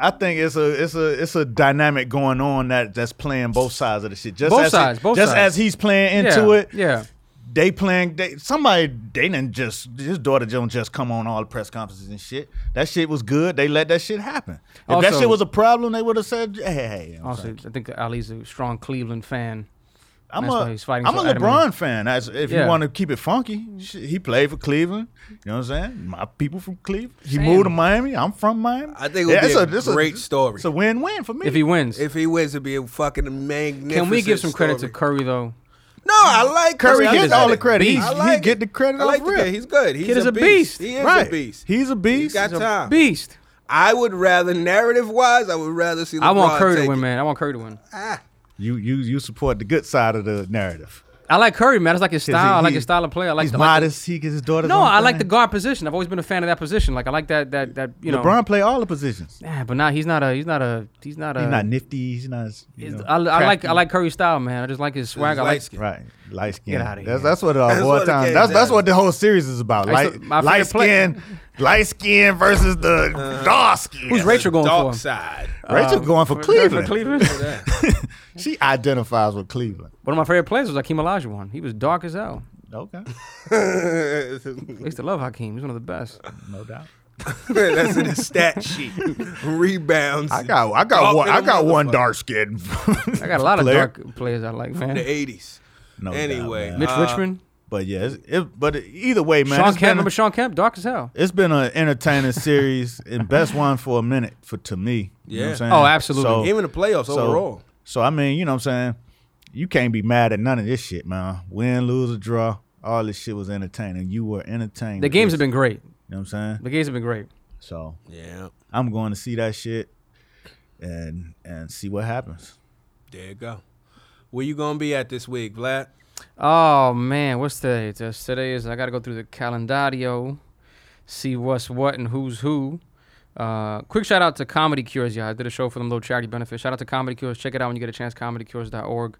I think it's a it's a it's a dynamic going on that that's playing both sides of the shit. Just Both as sides, both just sides. as he's playing into yeah, it, Yeah. they playing. They, somebody they didn't just his daughter don't just come on all the press conferences and shit. That shit was good. They let that shit happen. If that Also- shit was a problem, they would have said, "Hey, hey, I'm, Also, I think that Ali's a strong Cleveland fan. I'm that's a why he's fighting I'm so a LeBron adamantly. fan. As if Yeah. you want to keep it funky, shit, he played for Cleveland. You know what I'm saying? My people from Cleveland. He Same. moved to Miami. I'm from Miami. I think it would be a this great story. It's a win-win for me. If he wins, If he wins, it'd be a fucking magnificent. can we give some credit story. to Curry though? No, I like Curry I gets like all it. the credit. He's- I like he get it. the credit I like off the rip. kid. He's good. He's Kid is a a beast. beast. He is right. a beast. He's a beast. He's got time. Beast. I would rather narrative wise. I would rather see. LeBron I want Curry to take win, it. man. I want Curry to win. Ah, you you you support the good side of the narrative. I like Curry, man. It's like his 'Cause style. I he- like his style of play. I like he's the I like the- modest. he gets his daughter. No, I like the guard position. I've always been a fan of that position. Like I like that that that you know. LeBron play all the positions. Yeah, but now he's not a he's not a he's not a. He's not nifty. He's not. as, you Uh, he's- know, I, I like crafty. I like Curry's style, man. I just like his swag. I light like skin. Right, light skin. outta That's here. that's what it all That's what boils it down. came That's down that's to. what the whole series is about. I used Light, to- my light favorite play- skin, light skin versus the Uh, dark skin. who's Rachel going dark for? side. Rachel going for For- Cleveland. For Cleveland. She identifies with Cleveland. One of my favorite players was Hakeem Olajuwon. He was dark as hell. Okay, I used to love Hakeem. He's one of the best. no doubt. That's in the stat sheet. Rebounds. I got I got Dark one. I little got one motherfucker. dark skin. I got a lot of player. dark players I like, in man. the '80s. No Anyway, doubt, man. Mitch Uh, Richmond, but yeah, it's, it, but either way, man. Sean it's been Kemp. a- Remember Sean Kemp? Dark as hell. it's been an entertaining series and best one for a minute for to me. You know what Yeah. I'm saying? Oh, absolutely. So- Even the playoffs overall. So I mean, you know what I'm saying? You can't be mad at none of this shit, man. Win, lose, or draw. All this shit was entertaining. You were entertained. The with games have this, been great. You know what I'm saying? The games have been great. So Yeah, I'm going to see that shit and and see what happens. there you go. Where you gonna be at this week, Vlad? Oh man, what's today? Just today is I gotta go through the calendario, see what's what and who's who. Uh, quick shout out to Comedy Cures, yeah. I did a show for them, little charity benefit. Shout out to Comedy Cures. Check it out when you get a chance. ComedyCures.org.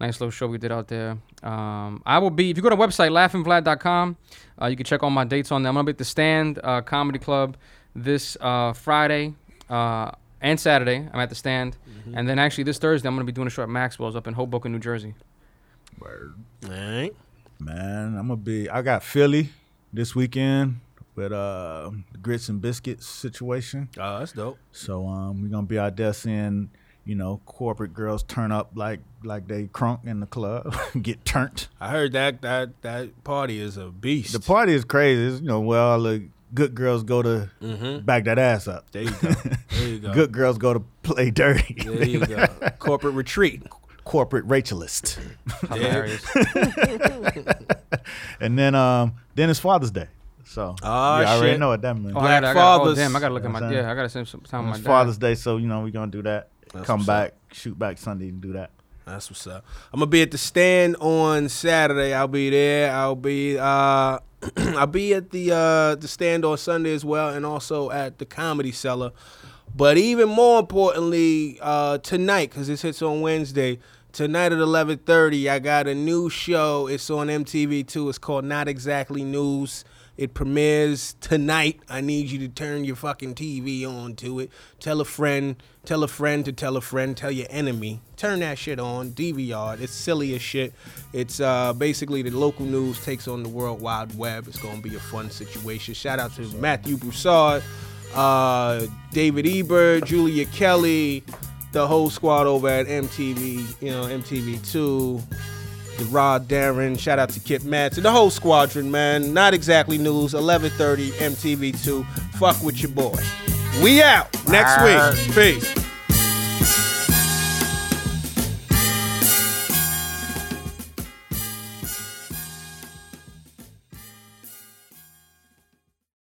Nice little show we did out there. Um, I will be if you go to the website laughingvlad.com, uh, you can check all my dates on there. I'm gonna be at the Stand uh, Comedy Club this uh, Friday. Uh, and Saturday, I'm at the stand. And then actually, this Thursday, I'm going to be doing a show at Maxwell's up in Hoboken, New Jersey. All right. Man, I'm gonna be. I got Philly this weekend with uh grits and biscuits situation. Oh, that's dope. So um, we're gonna be out there seeing, you know, corporate girls turn up like like they crunk in the club, get turned. I heard that that that party is a beast. The party is crazy. It's, you know, where all the good girls go to back that ass up. Mm-hmm. there you go. There you go. Good girls go to play dirty. There you go. Corporate retreat. Corporate Rachelist. Hilarious. and then um, then it's Father's Day. So Ah, you already shit. know what that means. Oh, Black I gotta, I gotta, oh fathers. damn! I gotta look You at know what my I'm saying? yeah. I gotta send some Oh, time. it's with my Father's dad. Day, so you know we're gonna do that. Come what's back, shoot back Sunday and do that. That's what's up. I'm gonna be at the stand on Saturday. I'll be there. I'll be uh I'll be at the uh, the stand on Sunday as well, and also at the Comedy Cellar. But even more importantly, uh, tonight because this hits on Wednesday. Tonight at eleven thirty, I got a new show. It's on MTV two. It's called Not Exactly News. It premieres tonight. I need you to turn your fucking TV on to it. Tell a friend, tell a friend to tell a friend, tell your enemy. Turn that shit on. DVR. it. It's silly as shit. It's uh, basically the local news takes on the world wide web. It's gonna be a fun situation. Shout out to Matthew Broussard, uh, David Ebert, Julia Kelly, the whole squad over at MTV. You know MTV2 the Rod Darren. Shout out to Kit Mads and the whole squadron, man. Not exactly news. 11:30 MTV2. Fuck with your boy. We out next week. Peace.